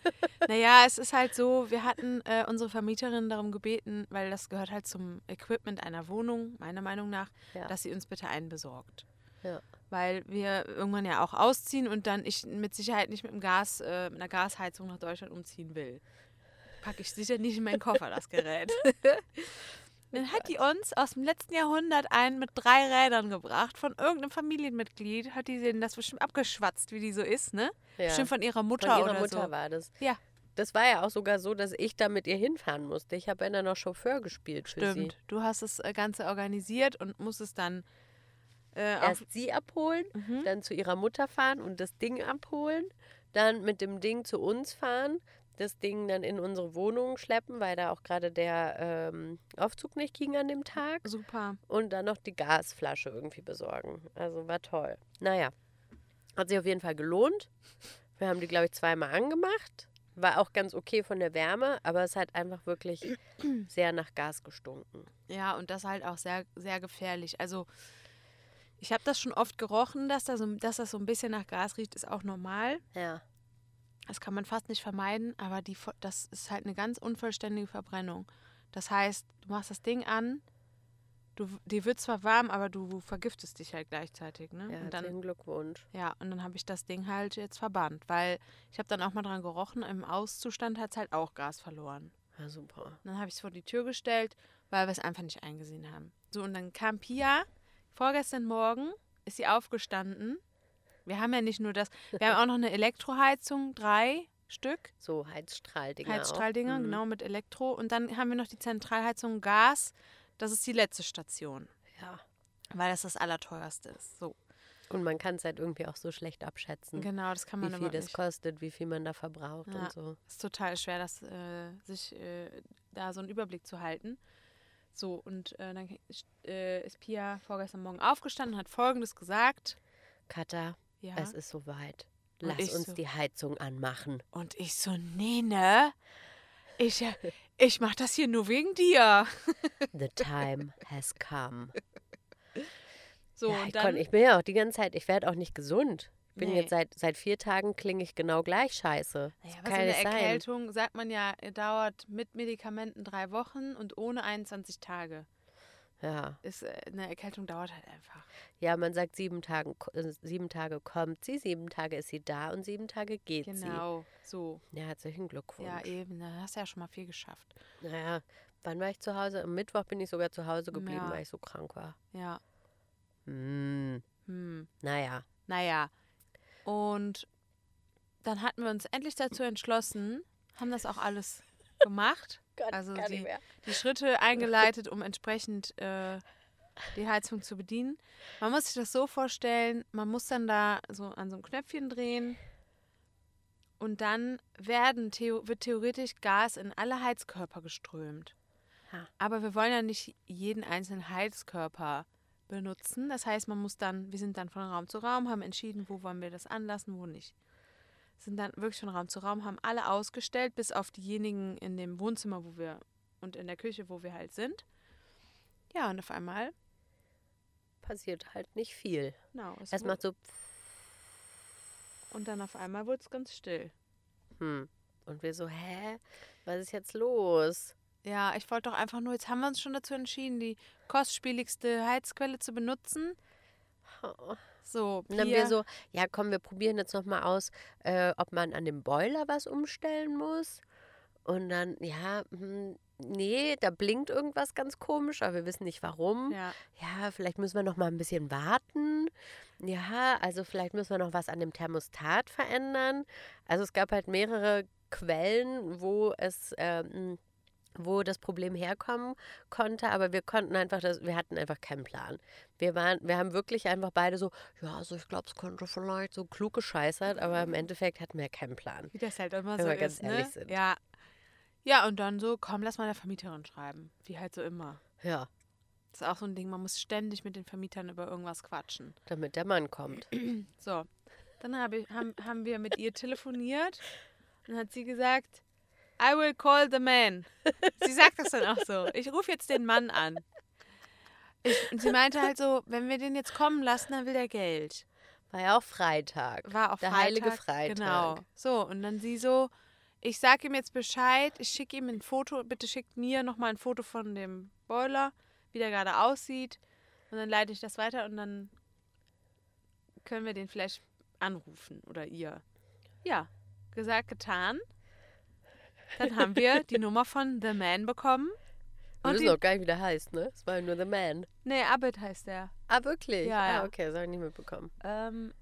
naja, es ist halt so, wir hatten äh, unsere Vermieterin darum gebeten, weil das gehört halt zum Equipment einer Wohnung, meiner Meinung nach,
Ja.
dass sie uns bitte einen besorgt.
Ja.
Weil wir irgendwann ja auch ausziehen und dann ich mit Sicherheit nicht mit, dem Gas, äh, mit einer Gasheizung nach Deutschland umziehen will. Packe ich sicher nicht in meinen Koffer, das Gerät. Dann hat die uns aus dem letzten Jahrhundert einen mit drei Rädern gebracht von irgendeinem Familienmitglied. Hat die denen das bestimmt abgeschwatzt, wie die so ist, ne?
Ja.
Bestimmt von ihrer Mutter
Von ihrer
oder
Mutter
so.
war das.
Ja.
Das war ja auch sogar so, dass ich da mit ihr hinfahren musste. Ich habe ja dann noch Chauffeur gespielt für
Stimmt. Du hast das äh, Ganze organisiert und musstest dann äh,
sie.
auf,
Erst sie abholen,
Mhm.
dann zu ihrer Mutter fahren und das Ding abholen, dann mit dem Ding zu uns fahren, das Ding dann in unsere Wohnung schleppen, weil da auch gerade der ähm, Aufzug nicht ging an dem Tag
super.
und dann noch die Gasflasche irgendwie besorgen. Also war toll. Naja, hat sich auf jeden Fall gelohnt. Wir haben die, glaube ich, zweimal angemacht. War auch ganz okay von der Wärme, aber es hat einfach wirklich sehr nach Gas gestunken.
Ja, und das halt auch sehr, sehr gefährlich. Also ich habe das schon oft gerochen, dass, da so, dass das so ein bisschen nach Gas riecht, ist auch normal.
Ja.
Das kann man fast nicht vermeiden, aber die, Vo- das ist halt eine ganz unvollständige Verbrennung. Das heißt, du machst das Ding an, du, dir wird zwar warm, aber du vergiftest dich halt gleichzeitig. Ne?
ja
und dann
herzlichen Glückwunsch.
Ja, und dann habe ich das Ding halt jetzt verbannt, weil ich habe dann auch mal dran gerochen, im Auszustand hat es halt auch Gas verloren.
Ja, super.
Und dann habe ich es vor die Tür gestellt, weil wir es einfach nicht eingesehen haben. So, und dann kam Pia, vorgestern Morgen ist sie aufgestanden. Wir haben ja nicht nur das, wir haben auch noch eine Elektroheizung, drei Stück,
So Heizstrahldinger. auch.
Heizstrahldinger,
Mhm.
genau mit Elektro. Und dann haben wir noch die Zentralheizung Gas, das ist die letzte Station,
Ja.
weil das das Allerteuerste ist. So,
Und man kann es halt irgendwie auch so schlecht abschätzen,
genau, das kann man
Hm. wie viel
überhaupt
das
nicht.
kostet, wie viel man da verbraucht
Ja.
und so.
ist total schwer, das, äh, sich äh, da so einen Überblick zu halten. So, und äh, dann äh, ist Pia vorgestern Morgen aufgestanden und hat Folgendes gesagt.
Katha,
Ja.
es ist soweit.
Und
Lass
ich
uns
so-
die Heizung anmachen.
Und ich so, nee, ne? Ich, äh, ich mach das hier nur wegen dir.
The time has come.
So,
ja, ich,
und
konn,
dann,
ich bin ja auch die ganze Zeit, ich werde auch nicht gesund. Ich bin
Nee.
jetzt seit, seit vier Tagen klinge ich genau gleich scheiße. Das
naja, was
kann ja
in der
nicht sein.
Erkältung, sagt man ja, äh, dauert mit Medikamenten drei Wochen und ohne 21 Tage.
Ja.
Ist, äh, eine Erkältung dauert halt einfach.
ja, man sagt, sieben, Tagen, ko- äh, sieben Tage kommt sie, sieben Tage ist sie da und sieben Tage geht
Genau, so.
sie. Ja, herzlichen Glückwunsch.
Ja, eh. eben, da hast du ja schon mal viel geschafft.
naja, wann war ich zu Hause? Am Mittwoch bin ich sogar zu Hause geblieben,
Ja.
weil ich so krank war.
Ja,
Hm,
hm.
naja,
Naja, und dann hatten wir uns endlich dazu entschlossen, haben das auch alles gemacht,
Gott,
Also
kann
die-
nicht mehr.
die Schritte eingeleitet, um entsprechend äh, die Heizung zu bedienen. Man muss sich das so vorstellen, man muss dann da so an so einem Knöpfchen drehen und dann werden, theo wird theoretisch Gas in alle Heizkörper geströmt.
Ha.
Aber wir wollen ja nicht jeden einzelnen Heizkörper benutzen. Das heißt, man muss dann, wir sind dann von Raum zu Raum, haben entschieden, wo wollen wir das anlassen, wo nicht. Sind dann wirklich von Raum zu Raum, haben alle ausgestellt, bis auf diejenigen in dem Wohnzimmer, wo wir und in der Küche, wo wir halt sind. Ja, und auf einmal,
Passiert halt nicht viel.
genau. es
Es macht so,
wurde- und dann auf einmal wurde es ganz still.
hm. Und wir so, hä? Was ist jetzt los?
Ja, ich wollte doch einfach nur, jetzt haben wir uns schon dazu entschieden, die kostspieligste Heizquelle zu benutzen.
Oh.
So,
Und dann
Pia-
wir so, ja komm, wir probieren jetzt nochmal aus, äh, ob man an dem Boiler was umstellen muss. Und dann, ja, hm, nee, da blinkt irgendwas ganz komisch, aber wir wissen nicht warum. Ja,
ja,
vielleicht müssen wir nochmal ein bisschen warten. Ja, also vielleicht müssen wir noch was an dem Thermostat verändern. Also es gab halt mehrere Quellen, wo es ähm, wo das Problem herkommen konnte, aber wir konnten einfach das, wir hatten einfach keinen Plan. Wir waren, wir haben wirklich einfach beide so, ja, also ich glaube, es könnte vielleicht so klug gescheißert, aber
Mhm.
im Endeffekt hatten wir keinen Plan.
Wie das halt immer
Wenn
so
wir ganz
ist,
ehrlich
ne?
sind.
Ja. Ja, und dann so, komm, lass mal der Vermieterin schreiben. Wie halt so immer.
Ja,
Das ist auch so ein Ding, man muss ständig mit den Vermietern über irgendwas quatschen.
damit der Mann kommt.
So, dann hab ich, haben, haben wir mit ihr telefoniert und hat sie gesagt, I will call the man. Sie sagt das dann auch so. Ich rufe jetzt den Mann an. Ich, und sie meinte halt so, wenn wir den jetzt kommen lassen, dann will der Geld.
War ja auch Freitag.
War auf
der
Freitag.
heilige Freitag.
Genau. So, und dann sie so, ich sag ihm jetzt Bescheid, ich schicke ihm ein Foto, bitte schickt mir nochmal ein Foto von dem Boiler, wie der gerade aussieht. Und dann leite ich das weiter und dann können wir den vielleicht anrufen oder ihr. Ja, gesagt, getan. Dann haben wir die Nummer von The Man bekommen.
Wir
Und
wissen
die,
auch gar nicht, wie der heißt, ne? Es war ja nur The Man.
nee, Abed heißt der.
Ah, wirklich?
Ja,
ah,
ja.
okay, das habe ich nicht mitbekommen.
Ähm,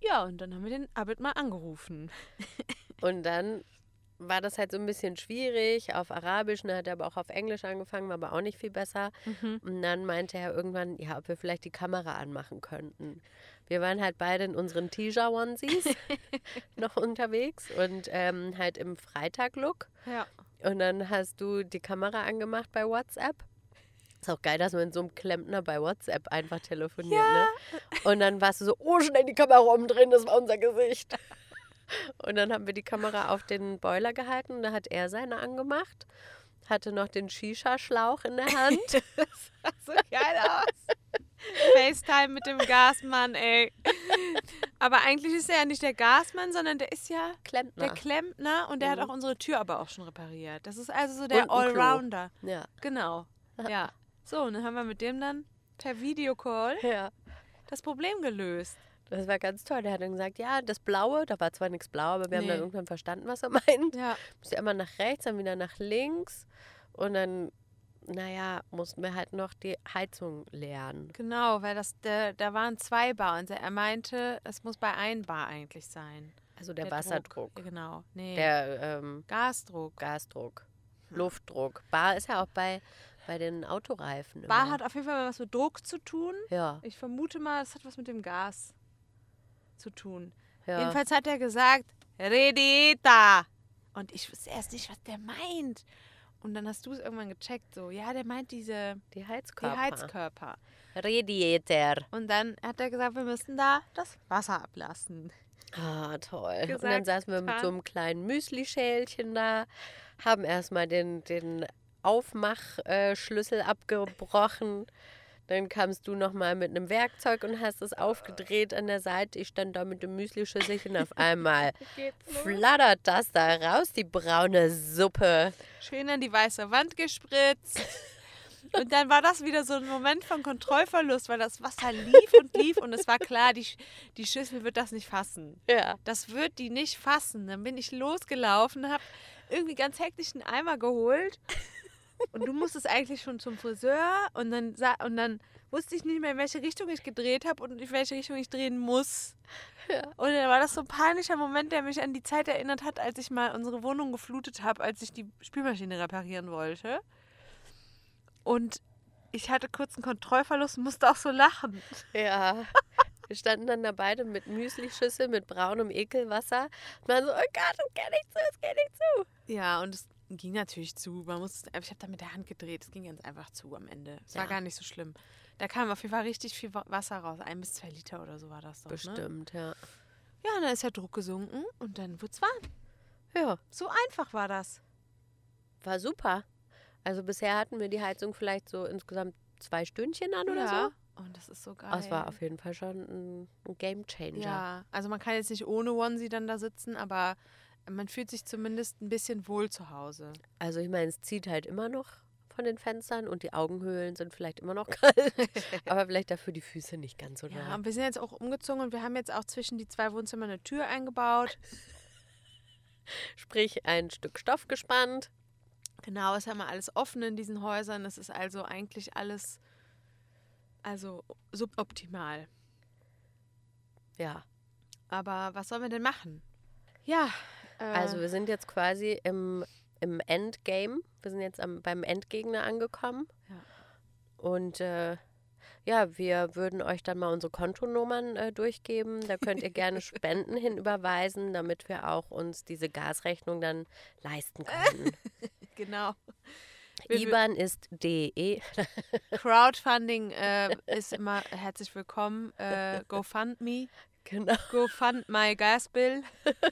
ja, und dann haben wir den Abed mal angerufen.
Und dann war das halt so ein bisschen schwierig auf Arabisch, ne, hat er aber auch auf Englisch angefangen, war aber auch nicht viel besser.
Mhm.
Und dann meinte er irgendwann, ja, ob wir vielleicht die Kamera anmachen könnten. Wir waren halt beide in unseren Tija-Onesies noch unterwegs und ähm, halt im Freitag-Look.
Ja.
Und dann hast du die Kamera angemacht bei WhatsApp. Ist auch geil, dass man mit so einem Klempner bei WhatsApp einfach telefoniert, ne? Und dann warst du so, oh, schnell die Kamera umdrehen, das war unser Gesicht. Und dann haben wir die Kamera auf den Boiler gehalten und da hat er seine angemacht, hatte noch den Shisha-Schlauch in der Hand.
so geil aus. FaceTime mit dem Gasmann, ey. Aber eigentlich ist er ja nicht der Gasmann, sondern der ist ja
Klempner.
der Klempner und der
Mhm.
hat auch unsere Tür aber auch schon repariert. Das ist also so
Und ein
der
Klo.
Allrounder.
ja.
Genau. Ja. So, und dann haben wir mit dem dann per Videocall
ja.
das Problem gelöst.
Das war ganz toll. Der hat dann gesagt, ja, das Blaue, da war zwar nichts blau, aber wir haben
Nee.
dann irgendwann verstanden, was er meint.
Ja.
musste immer nach rechts, dann wieder nach links. Und dann, naja, mussten wir halt noch die Heizung leeren.
Genau, weil das, der, da waren zwei Bar und er meinte, es muss bei ein Bar eigentlich sein.
Also der, Wasserdruck.
Druck. Genau. Nee.
Der ähm,
Gasdruck.
Gasdruck. Luftdruck. Bar ist ja auch bei, bei den Autoreifen.
Bar
immer.
hat auf jeden Fall was mit Druck zu tun.
Ja,
Ich vermute mal, es hat was mit dem Gas zu tun.
ja.
Jedenfalls hat er gesagt, Redita. Und ich wusste erst nicht, was der meint. Und dann hast du es irgendwann gecheckt, so, ja, der meint diese
die
die
Heizkörper.
Heizkörper.
Radiator.
Und dann hat er gesagt, wir müssen da das Wasser ablassen.
Ah, toll.
Gesagt,
und dann saßen wir mit so
getan.
einem kleinen Müsli-Schälchen da, haben erstmal den, den Aufmachschlüssel abgebrochen. Dann kamst du nochmal mit einem Werkzeug und hast es aufgedreht an der Seite. Ich stand da mit dem Müsli-Schüsselchen. Auf einmal flattert das da raus, die braune Suppe.
Schön an die weiße Wand gespritzt. Und dann war das wieder so ein Moment von Kontrollverlust, weil das Wasser lief und lief und es war klar, die, Sch- die Schüssel wird das nicht fassen.
Ja.
das wird die nicht fassen. Dann bin ich losgelaufen, habe irgendwie ganz hektisch einen Eimer geholt. Und du musstest eigentlich schon zum Friseur und dann, sa- und dann wusste ich nicht mehr, in welche Richtung ich gedreht habe und in welche Richtung ich drehen muss. Und dann Oh, war das so ein peinlicher Moment, der mich an die Zeit erinnert hat, als ich mal unsere Wohnung geflutet habe, als ich die Spülmaschine reparieren wollte. Und ich hatte kurz einen Kontrollverlust und musste auch so lachen.
Ja. Wir standen dann da beide mit Müslischüssel, mit braunem Ekelwasser. Und waren so, oh Gott, das geht nicht zu, das geht nicht zu.
Ja, und es ging natürlich zu. Man muss, aber ich habe da mit der Hand gedreht. Es ging ganz einfach zu am Ende. Es
Ja.
war gar nicht so schlimm. Da kam auf jeden Fall richtig viel Wa- Wasser raus. Ein bis zwei Liter oder so war das doch. Ne?
Bestimmt, ja.
Ja, und dann ist der Druck gesunken und dann wird's warm.
Ja.
So einfach war das.
war super. Also bisher hatten wir die Heizung vielleicht so insgesamt zwei Stündchen an oder
ja. Oh,
so.
Und das ist so geil.
Aber es war auf jeden Fall schon ein, ein Game Changer.
Ja, also man kann jetzt nicht ohne Onesie dann da sitzen, aber man fühlt sich zumindest ein bisschen wohl zu Hause.
Also ich meine, es zieht halt immer noch von den Fenstern und die Augenhöhlen sind vielleicht immer noch kalt, aber vielleicht dafür die Füße nicht ganz so
Ja,
nah.
und wir sind jetzt auch umgezogen und wir haben jetzt auch zwischen die zwei Wohnzimmer eine Tür eingebaut.
Sprich, ein Stück Stoff gespannt.
Genau, es ist ja mal alles offen in diesen Häusern. Es ist also eigentlich alles also suboptimal.
Ja,
Aber was sollen wir denn machen? Ja, äh,
also wir sind jetzt quasi im im Endgame. Wir sind jetzt am, beim Endgegner angekommen.
Ja.
Und äh, ja, wir würden euch dann mal unsere Kontonummern äh, durchgeben. Da könnt ihr gerne Spenden hinüberweisen, damit wir auch uns diese Gasrechnung dann leisten können.
Genau. Wir-
IBAN ist E. DE.
Crowdfunding äh, ist immer herzlich willkommen. Äh, GoFundMe,
genau.
GoFund my Gasbill.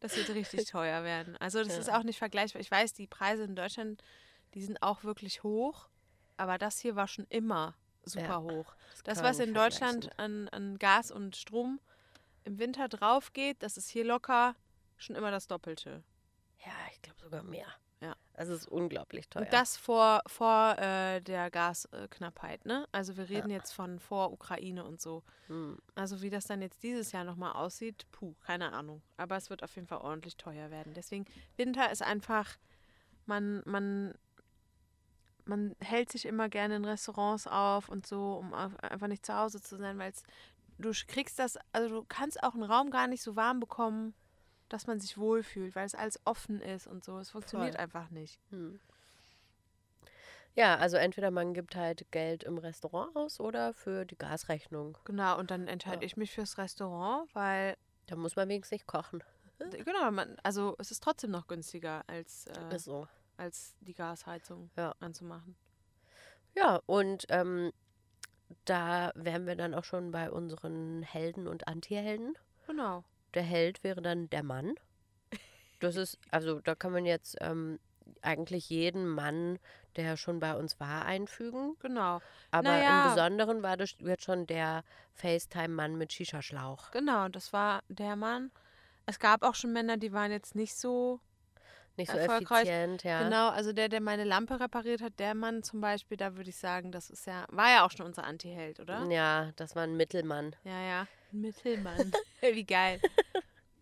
Das wird richtig teuer werden. Also das ist auch nicht vergleichbar. Ich weiß, die Preise in Deutschland, die sind auch wirklich hoch, aber das hier war schon immer super
Ja,
hoch.
kann
Das,
man
was
nicht
in Deutschland an, an Gas und Strom im Winter drauf geht, das ist hier locker schon immer das Doppelte.
Ja, ich glaube sogar mehr.
Ja.
Das ist unglaublich teuer.
Und das vor, vor äh, der Gasknappheit, ne? Also wir reden jetzt von vor Ukraine und so.
Hm.
Also wie das dann jetzt dieses Jahr nochmal aussieht, puh, keine Ahnung. Aber es wird auf jeden Fall ordentlich teuer werden. Deswegen, Winter ist einfach, man, man, man hält sich immer gerne in Restaurants auf und so, um auf- einfach nicht zu Hause zu sein, weil es, du kriegst das, also du kannst auch einen Raum gar nicht so warm bekommen, dass man sich wohlfühlt, weil es alles offen ist und so. Es funktioniert
Voll.
einfach nicht.
Hm. Ja, also entweder man gibt halt Geld im Restaurant aus oder für die Gasrechnung.
Genau, und dann entscheide
Ja.
ich mich fürs Restaurant, weil,
Da muss man wenigstens nicht kochen.
genau, man, also es ist trotzdem noch günstiger als. Äh,
Ist so.
als die Gasheizung
Ja.
anzumachen.
Ja, und ähm, da wären wir dann auch schon bei unseren Helden und Antihelden.
Genau.
Der Held wäre dann der Mann. Das ist, also da kann man jetzt ähm, eigentlich jeden Mann, der schon bei uns war, einfügen.
Genau,
Aber
Naja.
im Besonderen war das jetzt schon der FaceTime-Mann mit Shisha-Schlauch.
genau. Und das war der Mann. Es gab auch schon Männer, die waren jetzt nicht so.
Nicht so
Erfolgreich.
effizient, ja.
Genau, also der, der meine Lampe repariert hat, der Mann zum Beispiel, da würde ich sagen, das ist ja, war ja auch schon unser Anti-Held, oder?
Ja, das war ein Mittelmann.
Ja, ja. Ein Mittelmann. Wie geil.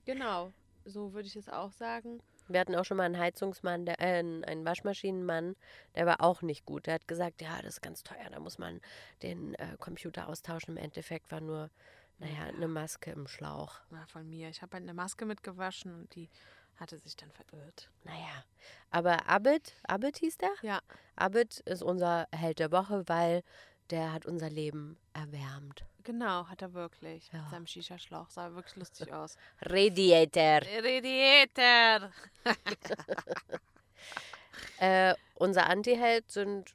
Genau. So würde ich es auch sagen.
Wir hatten auch schon mal einen Heizungsmann, der, äh, einen einen Waschmaschinenmann, der war auch nicht gut. Der hat gesagt, ja, das ist ganz teuer, da muss man den äh, Computer austauschen. Im Endeffekt war nur, naja, eine Maske im Schlauch.
Na, von mir. Ich habe halt eine Maske mitgewaschen und die hatte sich dann verirrt.
Naja, aber Abed, Abed hieß der?
Ja.
Abed ist unser Held der Woche, weil der hat unser Leben erwärmt.
Genau, hat er wirklich.
Ja.
Mit seinem Shisha-Schlauch. Sah wirklich lustig aus.
Radiator.
Radiator.
Äh, unser Antiheld sind,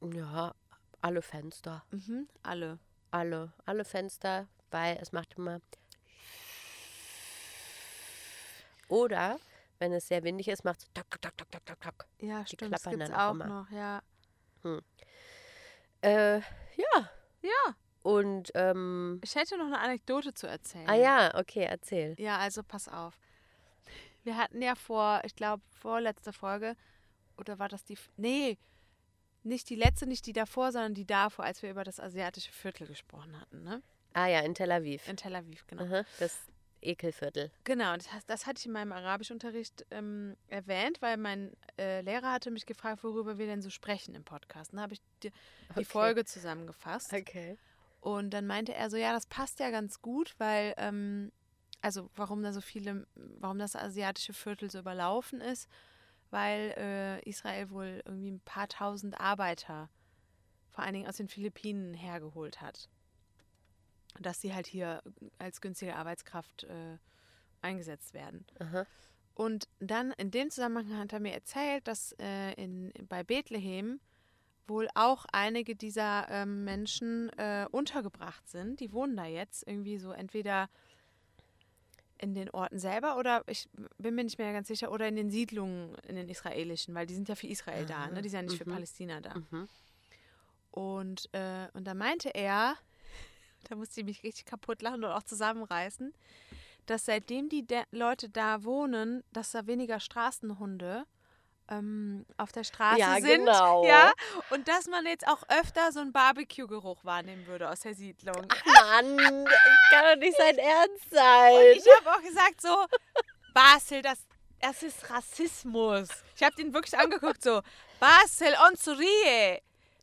ja, alle Fenster.
Mhm, alle.
alle, alle Fenster, weil es macht immer. Oder wenn es sehr windig ist, macht es tok, tok, tok, tok, tok, tok.
Ja,
Die
stimmt. Das
klappern
gibt's
dann auch
auch
immer.
noch, ja.
Äh, ja.
Ja.
Und, ähm,
Ich hätte noch eine Anekdote zu erzählen.
ah ja, okay, erzähl.
Ja, also pass auf. Wir hatten ja vor, ich glaube, vorletzte Folge, oder war das die. f- Nee, nicht die letzte, nicht die davor, sondern die davor, als wir über das asiatische Viertel gesprochen hatten, ne?
Ah ja, in Tel Aviv.
In Tel Aviv, genau.
Aha, das Ekelviertel.
Genau, und das, heißt, das hatte ich in meinem Arabischunterricht ähm, erwähnt, weil mein äh, Lehrer hatte mich gefragt, worüber wir denn so sprechen im Podcast. Und Da habe ich die, die
Okay.
Folge zusammengefasst.
Okay.
Und dann meinte er so, ja, das passt ja ganz gut, weil, ähm, also warum da so viele, warum das asiatische Viertel so überlaufen ist, weil äh, Israel wohl irgendwie ein paar tausend Arbeiter, vor allen Dingen aus den Philippinen, hergeholt hat. Und Dass sie halt hier als günstige Arbeitskraft äh, eingesetzt werden.
Aha.
Und dann in dem Zusammenhang hat er mir erzählt, dass äh, in, bei Bethlehem wohl auch einige dieser ähm, Menschen äh, untergebracht sind. Die wohnen da jetzt irgendwie so entweder in den Orten selber oder ich bin mir nicht mehr ganz sicher, oder in den Siedlungen, in den israelischen, weil die sind ja für Israel da,
Aha,
ne? die sind ja nicht für
mhm.
Palästina da.
Mhm.
Und, äh, und da meinte er, da musste ich mich richtig kaputt lachen und auch zusammenreißen, dass seitdem die De Leute da wohnen, dass da weniger Straßenhunde ähm, auf der Straße
Ja,
sind.
genau.
Ja, und dass man jetzt auch öfter so einen Barbecue-Geruch wahrnehmen würde aus der Siedlung.
Mann, kann doch nicht sein Ernst sein.
Ich habe auch gesagt so, Basel, das, das ist Rassismus. Ich habe den wirklich angeguckt so, Basel, on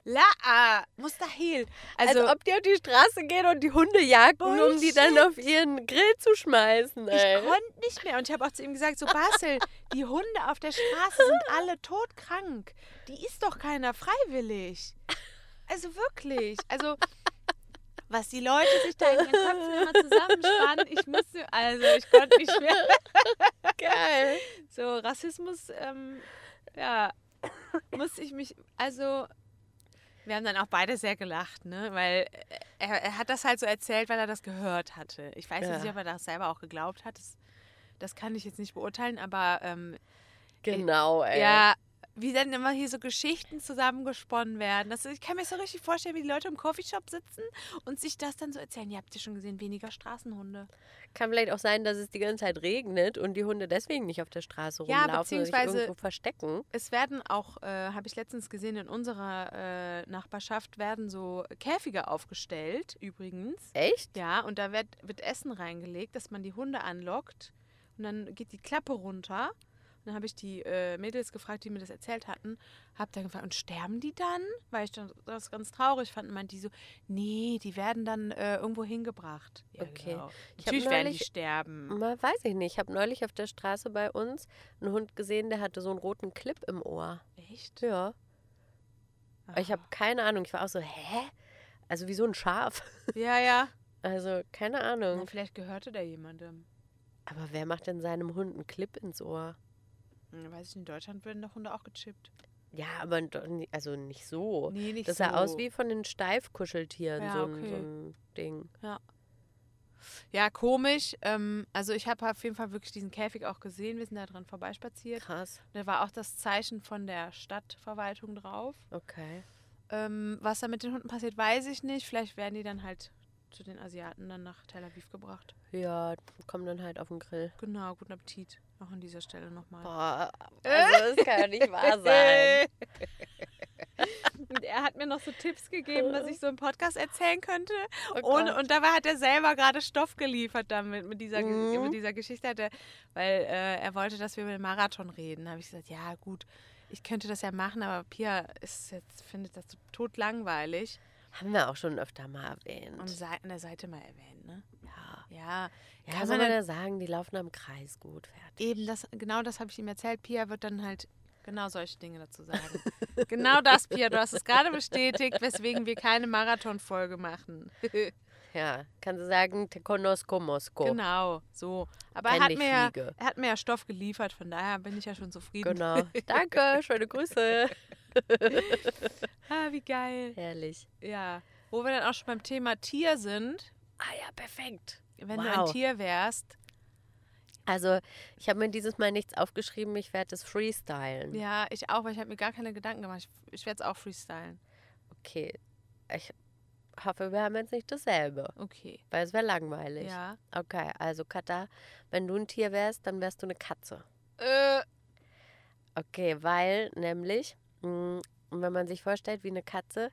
La, ah, Mustahil. Also,
Also, Als ob die auf die Straße gehen und die Hunde jagten, um die dann
Bullshit.
auf ihren Grill zu schmeißen. Ey.
ich konnte nicht mehr. Und ich habe auch zu ihm gesagt, so Basel, die Hunde auf der Straße sind alle todkrank. Die ist doch keiner freiwillig. Also wirklich. Also, was die Leute sich da in ihren Köpfen immer zusammenspannen, ich musste, also ich konnte nicht mehr.
Geil.
So, Rassismus, ähm, ja, muss ich mich, also, wir haben dann auch beide sehr gelacht, ne, weil äh, er, er hat das halt so erzählt, weil er das gehört hatte. Ich weiß
Ja.
jetzt nicht, ob er das selber auch geglaubt hat, das, das kann ich jetzt nicht beurteilen, aber, ähm,
Genau, ey.
ja, wie dann immer hier so Geschichten zusammengesponnen werden. Das, ich kann mir so richtig vorstellen, wie die Leute im Coffeeshop sitzen und sich das dann so erzählen. Ihr habt ja schon gesehen, weniger Straßenhunde.
Kann vielleicht auch sein, dass es die ganze Zeit regnet und die Hunde deswegen nicht auf der Straße
Ja,
rumlaufen und sich
beziehungsweise-
irgendwo verstecken.
Es werden auch, äh, habe ich letztens gesehen, in unserer äh, Nachbarschaft werden so Käfige aufgestellt, übrigens.
Echt?
Ja, und da wird, wird Essen reingelegt, dass man die Hunde anlockt. Und dann geht die Klappe runter. Und dann habe ich die äh, Mädels gefragt, die mir das erzählt hatten. Habe dann gefragt, und sterben die dann? Weil ich dann das ganz traurig fand. Und meinte die so, nee, die werden dann äh, irgendwo hingebracht. Ja,
Okay.
Genau.
Ich hab
Natürlich werden die
neulich- Mhm.
sterben.
Mal weiß ich nicht. Ich habe neulich auf der Straße bei uns einen Hund gesehen, der hatte so einen roten Clip im Ohr.
Echt?
Ja. Ich habe keine Ahnung. Ich war auch so, hä? Also wie so ein Schaf.
Ah. Ja, ja.
Also keine
Na,
Ahnung.
vielleicht gehörte da jemandem.
Aber wer macht denn seinem Hund einen Clip ins Ohr?
Hm, Weiß ich, in Deutschland werden doch Hunde auch gechippt.
Ja, aber doch ni- also nicht so.
Nee, nicht
Das sah aus wie von den Steifkuscheltieren,
Ja,
so, ein, so
okay.
ein Ding.
Ja, komisch. Ähm, also ich habe auf jeden Fall wirklich diesen Käfig auch gesehen. Wir sind da dran vorbeispaziert.
Krass.
Da war auch das Zeichen von der Stadtverwaltung drauf.
Okay.
Ähm, was da mit den Hunden passiert, weiß ich nicht. Vielleicht werden die dann halt zu den Asiaten dann nach Tel Aviv gebracht.
Ja, kommen dann halt auf den Grill.
Genau, guten Appetit. Auch an dieser Stelle nochmal.
Boah, also das kann ja nicht wahr sein.
Und er hat mir noch so Tipps gegeben, dass ich so einen Podcast erzählen könnte.
Oh
Ohne,
Gott.
und dabei hat er selber gerade Stoff geliefert damit, mit dieser, Ge-
Mhm.
mit dieser Geschichte. Hat er, weil äh, er wollte, dass wir über den Marathon reden. Da habe ich gesagt, ja gut, ich könnte das ja machen, aber Pia ist jetzt, findet das so totlangweilig.
Haben wir auch schon öfter mal erwähnt.
Und sei- an der Seite mal erwähnt, ne?
ja.
Ja,
Ja,
Kann
soll
man
man
dann-
ja sagen, die laufen am Kreis gut fertig.
eben, das, genau das habe ich ihm erzählt. Pia wird dann halt genau solche Dinge dazu sagen. genau das, Pia, du hast es gerade bestätigt, weswegen wir keine Marathonfolge machen.
Ja, kann sie sagen, te conosco Mosco.
Genau, so. Aber er
Kenn
hat,
dich,
mir, ja-
Fliege.
er hat mir ja Stoff geliefert, von daher bin ich ja schon zufrieden.
Genau. Danke, schöne Grüße.
Ah, wie geil.
Herrlich.
Ja. Wo wir dann auch schon beim Thema Tier sind.
Ah ja, perfekt.
Wenn du
wow.
ein Tier wärst,
Also, ich habe mir dieses Mal nichts aufgeschrieben, ich werde es freestylen.
ja, ich auch, weil ich habe mir gar keine Gedanken gemacht. Ich, ich werde es auch freestylen.
Okay. Ich hoffe, wir haben jetzt nicht dasselbe,
Okay.
weil es wäre langweilig.
Ja.
Okay, also Katha, wenn du ein Tier wärst, dann wärst du eine Katze.
Äh,
Okay, weil nämlich, mh, wenn man sich vorstellt, wie eine Katze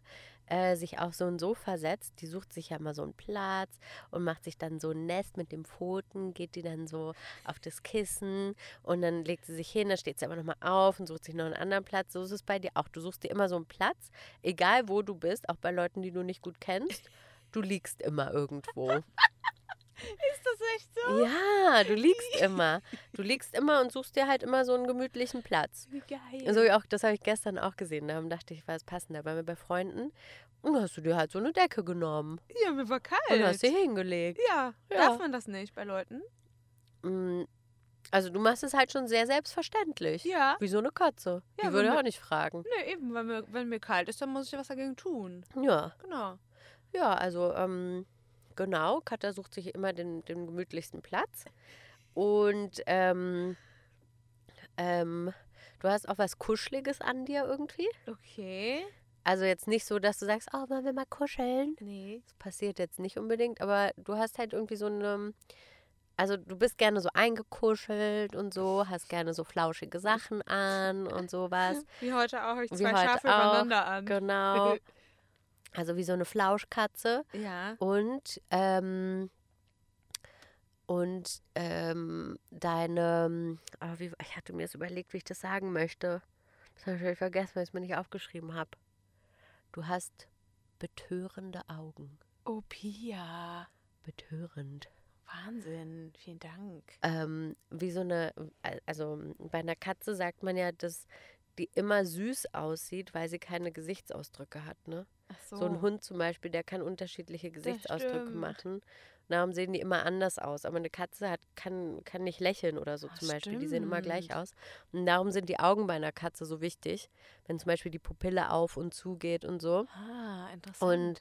äh, sich auf so ein Sofa setzt, die sucht sich ja mal so einen Platz und macht sich dann so ein Nest mit den Pfoten, geht die dann so auf das Kissen und dann legt sie sich hin, dann steht sie aber nochmal auf und sucht sich noch einen anderen Platz. So ist es bei dir auch. Du suchst dir immer so einen Platz, egal wo du bist, auch bei Leuten, die du nicht gut kennst. Du liegst immer irgendwo.
ist das echt so?
Ja, du liegst immer. Du liegst immer und suchst dir halt immer so einen gemütlichen Platz.
Wie geil.
So, auch, das habe ich gestern auch gesehen. Da dachte ich, war es passender. Bei mir bei Freunden. Und dann hast du dir halt so eine Decke genommen
ja, mir war kalt.
und hast sie hingelegt.
ja,
Ja.
darf man das nicht bei Leuten?
Mm, Also du machst es halt schon sehr selbstverständlich.
Ja.
Wie so eine Katze.
Ja,
Die würde
wenn
auch nicht fragen.
Nö, eben, wenn mir, wenn mir kalt ist, dann muss ich ja was dagegen tun.
Ja,
Genau.
ja, also ähm, genau. Katha sucht sich immer den, den gemütlichsten Platz. Und ähm, ähm, du hast auch was Kuscheliges an dir irgendwie.
Okay.
Also jetzt nicht so, dass du sagst, oh, wollen wir mal kuscheln?
Nee.
Das passiert jetzt nicht unbedingt, aber du hast halt irgendwie so eine. Also du bist gerne so eingekuschelt und so, hast gerne so flauschige Sachen an und sowas.
Wie heute auch, ich
Wie
zwei
heute
Schafe
auch.
übereinander an.
Genau. Also wie so eine Flauschkatze.
Ja.
Und, ähm, und ähm, deine, ah, wie, ich hatte mir das überlegt, wie ich das sagen möchte. Das habe ich völlig vergessen, weil ich es mir nicht aufgeschrieben habe. Du hast betörende Augen.
Oh, Pia.
Betörend.
Wahnsinn. Vielen Dank.
Ähm, wie so eine, also bei einer Katze sagt man ja, dass die immer süß aussieht, weil sie keine Gesichtsausdrücke hat, ne?
Ach
So ein Hund zum Beispiel, der kann unterschiedliche Gesichtsausdrücke
stimmt.
machen. Und darum sehen die immer anders aus. Aber eine Katze hat, kann, kann nicht lächeln oder so
Ah,
zum Beispiel. Die sehen immer gleich
stimmt.
aus. Und darum sind die Augen bei einer Katze so wichtig, wenn zum Beispiel die Pupille auf und zugeht und so.
Ah, interessant.
Und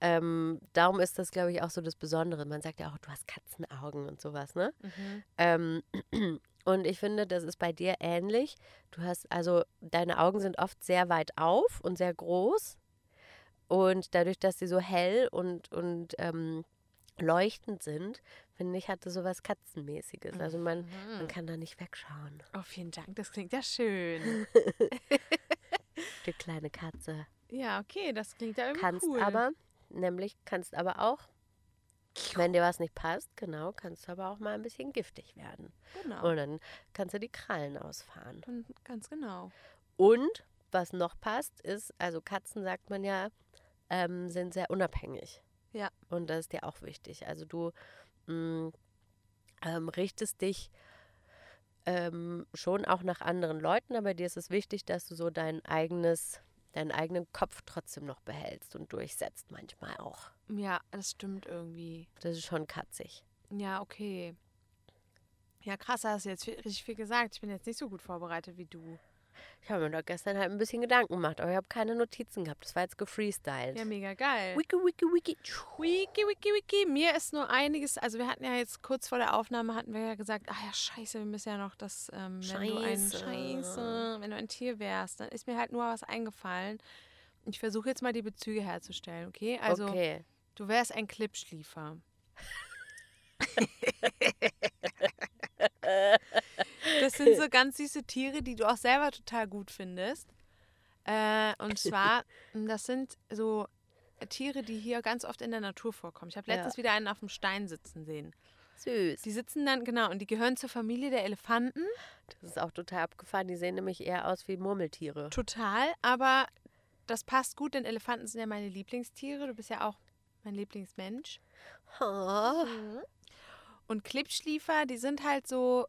ähm, darum ist das, glaube ich, auch so das Besondere. Man sagt ja auch, du hast Katzenaugen und sowas, ne?
Mhm.
Ähm, und ich finde, das ist bei dir ähnlich. Du hast also, deine Augen sind oft sehr weit auf und sehr groß. Und dadurch, dass sie so hell und, und ähm, leuchtend sind, finde ich, hat das so was Katzenmäßiges. Also man,
Mhm.
man kann da nicht wegschauen.
Oh, vielen Dank. Das klingt ja schön.
Die kleine Katze.
ja, okay. Das klingt ja irgendwie
Kannst
Hm, cool.
aber, nämlich kannst aber auch, wenn dir was nicht passt, genau, kannst aber auch mal ein bisschen giftig werden.
Genau.
Und dann kannst du die Krallen ausfahren.
Und ganz genau.
Und was noch passt, ist, also Katzen sagt man ja, ähm, sind sehr unabhängig.
Ja.
Und das ist dir auch wichtig. Also du mh, ähm, richtest dich ähm, schon auch nach anderen Leuten, aber dir ist es wichtig, dass du so dein eigenes, deinen eigenen Kopf trotzdem noch behältst und durchsetzt manchmal auch.
Ja, das stimmt irgendwie.
Das ist schon katzig.
Ja, okay. Ja, krass, da hast du jetzt viel, richtig viel gesagt. Ich bin jetzt nicht so gut vorbereitet wie du.
Ich habe mir da gestern halt ein bisschen Gedanken gemacht, aber ich habe keine Notizen gehabt. Das war jetzt gefreestylt.
Ja, mega geil.
wiki, wiki, wiki.
Wiki, wiki, wiki. Mir ist nur einiges, also wir hatten ja jetzt kurz vor der Aufnahme, hatten wir ja gesagt, ach ja, scheiße, wir müssen ja noch das, ähm, wenn du ein
Scheiße.
Scheiße, wenn du ein Tier wärst, dann ist mir halt nur was eingefallen. Ich versuche jetzt mal die Bezüge herzustellen, okay? Also
okay.
du wärst ein Clipschliefer. das sind so ganz süße Tiere, die du auch selber total gut findest. Äh, und zwar, das sind so Tiere, die hier ganz oft in der Natur vorkommen. Ich habe
Ja.
letztens wieder einen auf dem Stein sitzen sehen.
Süß.
Die sitzen dann, genau, und die gehören zur Familie der Elefanten.
Das ist auch total abgefahren. Die sehen nämlich eher aus wie Murmeltiere.
Total, aber das passt gut, denn Elefanten sind ja meine Lieblingstiere. Du bist ja auch mein Lieblingsmensch.
Oh.
Und Klippschliefer, die sind halt so,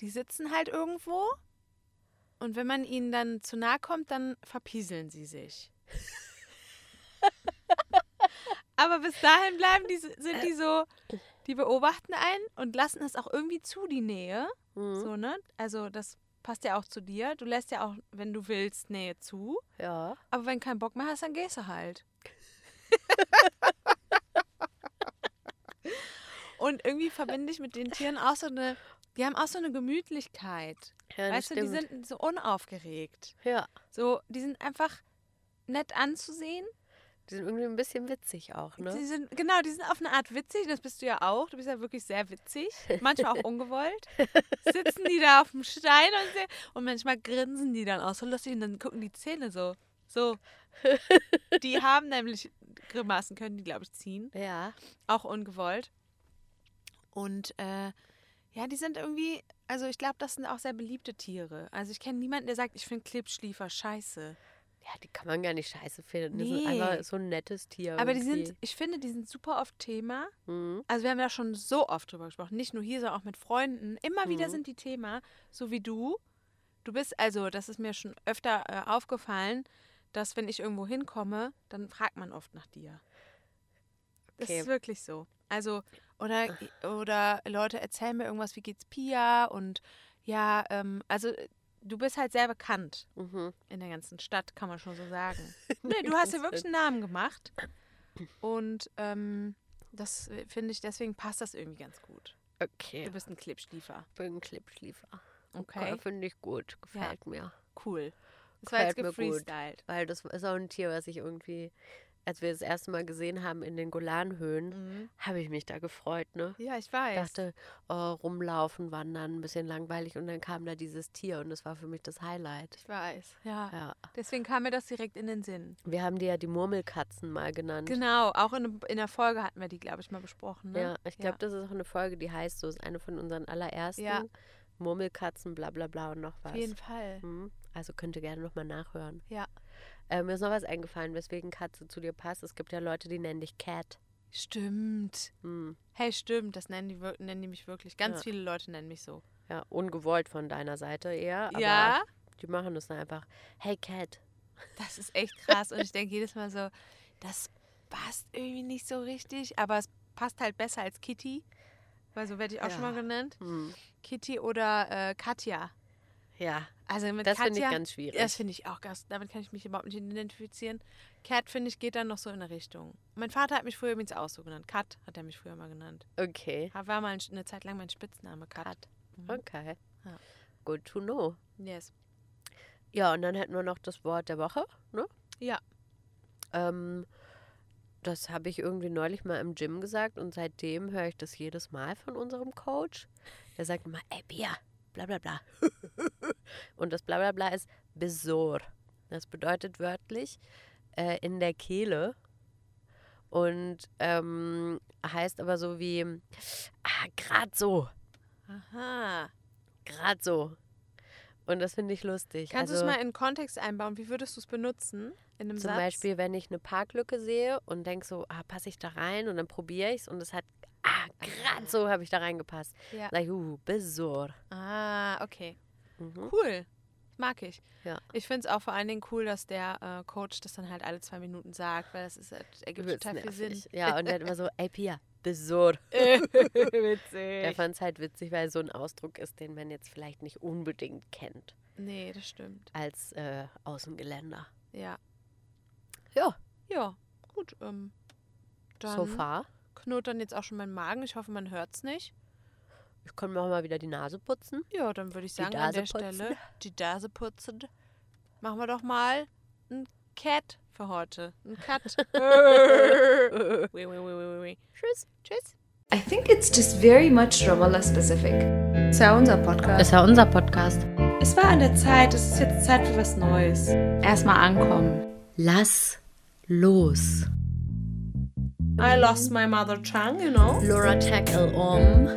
die sitzen halt irgendwo und wenn man ihnen dann zu nahe kommt, dann verpieseln sie sich. Aber bis dahin bleiben die, sind die so, die beobachten einen und lassen es auch irgendwie zu, die Nähe.
Mhm.
So, ne? Also das passt ja auch zu dir. Du lässt ja auch, wenn du willst, Nähe zu.
Ja.
Aber wenn keinen Bock mehr hast, dann gehst du halt. Und irgendwie verbinde ich mit den Tieren auch so eine, die haben auch so eine Gemütlichkeit.
ja das
weißt du, die
stimmt.
sind so unaufgeregt.
ja,
So, die sind einfach nett anzusehen.
die sind irgendwie ein bisschen witzig auch,
Die
ne?
sind, genau, die sind auf eine Art witzig. Das bist du ja auch. Du bist ja wirklich sehr witzig. Manchmal auch ungewollt. Sitzen die da auf dem Stein und, sehen, und manchmal grinsen die dann auch so lustig und dann gucken die Zähne so. So. Die haben nämlich Grimassen, können die, glaube ich, ziehen.
Ja.
Auch ungewollt. Und äh, ja, die sind irgendwie, also ich glaube, das sind auch sehr beliebte Tiere. Also ich kenne niemanden, der sagt, ich finde Klebschliefer scheiße.
Ja, die kann man gar nicht scheiße finden. Die sind
Nee.
einfach so ein nettes Tier.
Aber die
irgendwie.
sind, ich finde, die sind super oft Thema.
Mhm.
Also wir haben da schon so oft drüber gesprochen, nicht nur hier, sondern auch mit Freunden. Immer wieder
Mhm.
sind die Thema, so wie du. Du bist, also das ist mir schon öfter äh, aufgefallen, dass wenn ich irgendwo hinkomme, dann fragt man oft nach dir. Das
Okay.
ist wirklich so. Also, oder, oder Leute erzählen mir irgendwas, wie geht's Pia? Und ja, ähm, also äh, du bist halt sehr bekannt
Mhm.
in der ganzen Stadt, kann man schon so sagen. Nee, du hast dir
ganzen
wirklich einen Namen gemacht. Und ähm, das finde ich, deswegen passt das irgendwie ganz gut.
Okay.
Du bist ein Klippschliefer.
Ich bin ein Clipschliefer.
Okay.
Finde ich gut. Gefällt mir.
Cool. Das war jetzt
Gefällt mir gut.
gefreestylt.
Weil das ist auch ein Tier, was ich irgendwie, als wir das erste Mal gesehen haben in den Golanhöhen,
Mhm.
habe ich mich da gefreut, ne?
Ah, Ja, ich weiß.
dachte, oh, rumlaufen, wandern, ein bisschen langweilig. Und dann kam da dieses Tier und das war für mich das Highlight.
ich weiß. Ja.
Ja.
Deswegen kam mir das direkt in den Sinn.
Wir haben die ja die Murmelkatzen mal genannt.
Genau, auch in, in der Folge hatten wir die, glaube ich, mal besprochen. Ne?
Ja, ich glaube,
Ja.
das ist auch eine Folge, die heißt so, ist eine von unseren allerersten.
Ja.
Murmelkatzen, bla bla bla und noch was. Hm?
Auf jeden Fall.
Mhm. Also könnt ihr gerne nochmal nachhören.
Ja.
Äh, mir ist noch was eingefallen, weswegen Katze zu dir passt. Es gibt ja Leute, die nennen dich Cat.
Stimmt.
Hm.
Hey, stimmt, das nennen die, wir- nennen die mich wirklich. Ganz
Ja.
viele Leute nennen mich so.
Ja, ungewollt von deiner Seite eher. Aber
ja,
Die machen das dann einfach. Hey Cat.
das ist echt krass. Und ich denke jedes Mal so, das passt irgendwie nicht so richtig, aber es passt halt besser als Kitty. Weil so werde ich auch schon
Ja.
mal genannt.
Hm.
Kitty oder äh, Katja.
Ja,
Also mit
das
Katja.
finde ich ganz schwierig.
Das finde ich auch ganz, damit kann ich mich überhaupt nicht identifizieren. Cat, finde ich, geht dann noch so in eine Richtung. Mein Vater hat mich früher übrigens auch so genannt. Kat hat er mich früher mal genannt.
okay.
War mal ein- eine Zeit lang mein Spitzname, Kat. Mhm.
Okay.
Ja.
Good to know.
Yes.
Ja, und dann hätten wir noch das Wort der Woche, ne?
Ja.
Ähm, das habe ich irgendwie neulich mal im Gym gesagt und seitdem höre ich das jedes Mal von unserem Coach. Der sagt immer, ey Bier, bla bla bla. und das bla bla bla ist Besor. Das bedeutet wörtlich äh, in der Kehle. Und ähm, heißt aber so wie, ah, grad so,
Aha.
grad so. Und das finde ich lustig.
Kannst
also,
du es mal in Kontext einbauen? Wie würdest du es benutzen? In einem
Zum
Satz?
Beispiel, wenn ich eine Parklücke sehe und denke so, ah, passe ich da rein und dann probiere ich es und es hat, ah, gerade so habe ich da reingepasst.
Ja.
Sag ich, uh, besor.
Ah, okay.
Mhm.
Cool. Mag ich.
Ja.
Ich finde es auch vor allen Dingen cool, dass der äh, Coach das dann halt alle zwei Minuten sagt, weil das ist, das ergibt
Übelst
total viel Sinn.
nervig. Ja, und dann immer so, ey Pia, besor. Der
Witzig.
fand es halt witzig, weil so ein Ausdruck ist, den man jetzt vielleicht nicht unbedingt kennt
Nee, das stimmt.
als äh, Außengeländer.
Ja.
Ja,
Ja, gut. Ähm, dann
so far.
knurrt dann jetzt auch schon mein Magen. Ich hoffe, man hört es nicht.
Ich kann mir auch mal wieder die Nase putzen.
Ja, dann würde ich
Die
sagen, an
Nase
der
putzen.
Stelle, die Nase putzen, machen wir doch mal ein Cat für heute. Ein Cut. Ui, ui, ui, ui, ui.
Tschüss.
Tschüss.
I think it's just very much Ramallah specific.
Ist ja unser Podcast.
Ist ja unser Podcast.
Es war an der Zeit, es ist jetzt Zeit für was Neues. Erstmal ankommen.
Lass los.
I lost my mother tongue, you know.
Laura Tackle um.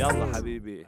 يلا حبيبي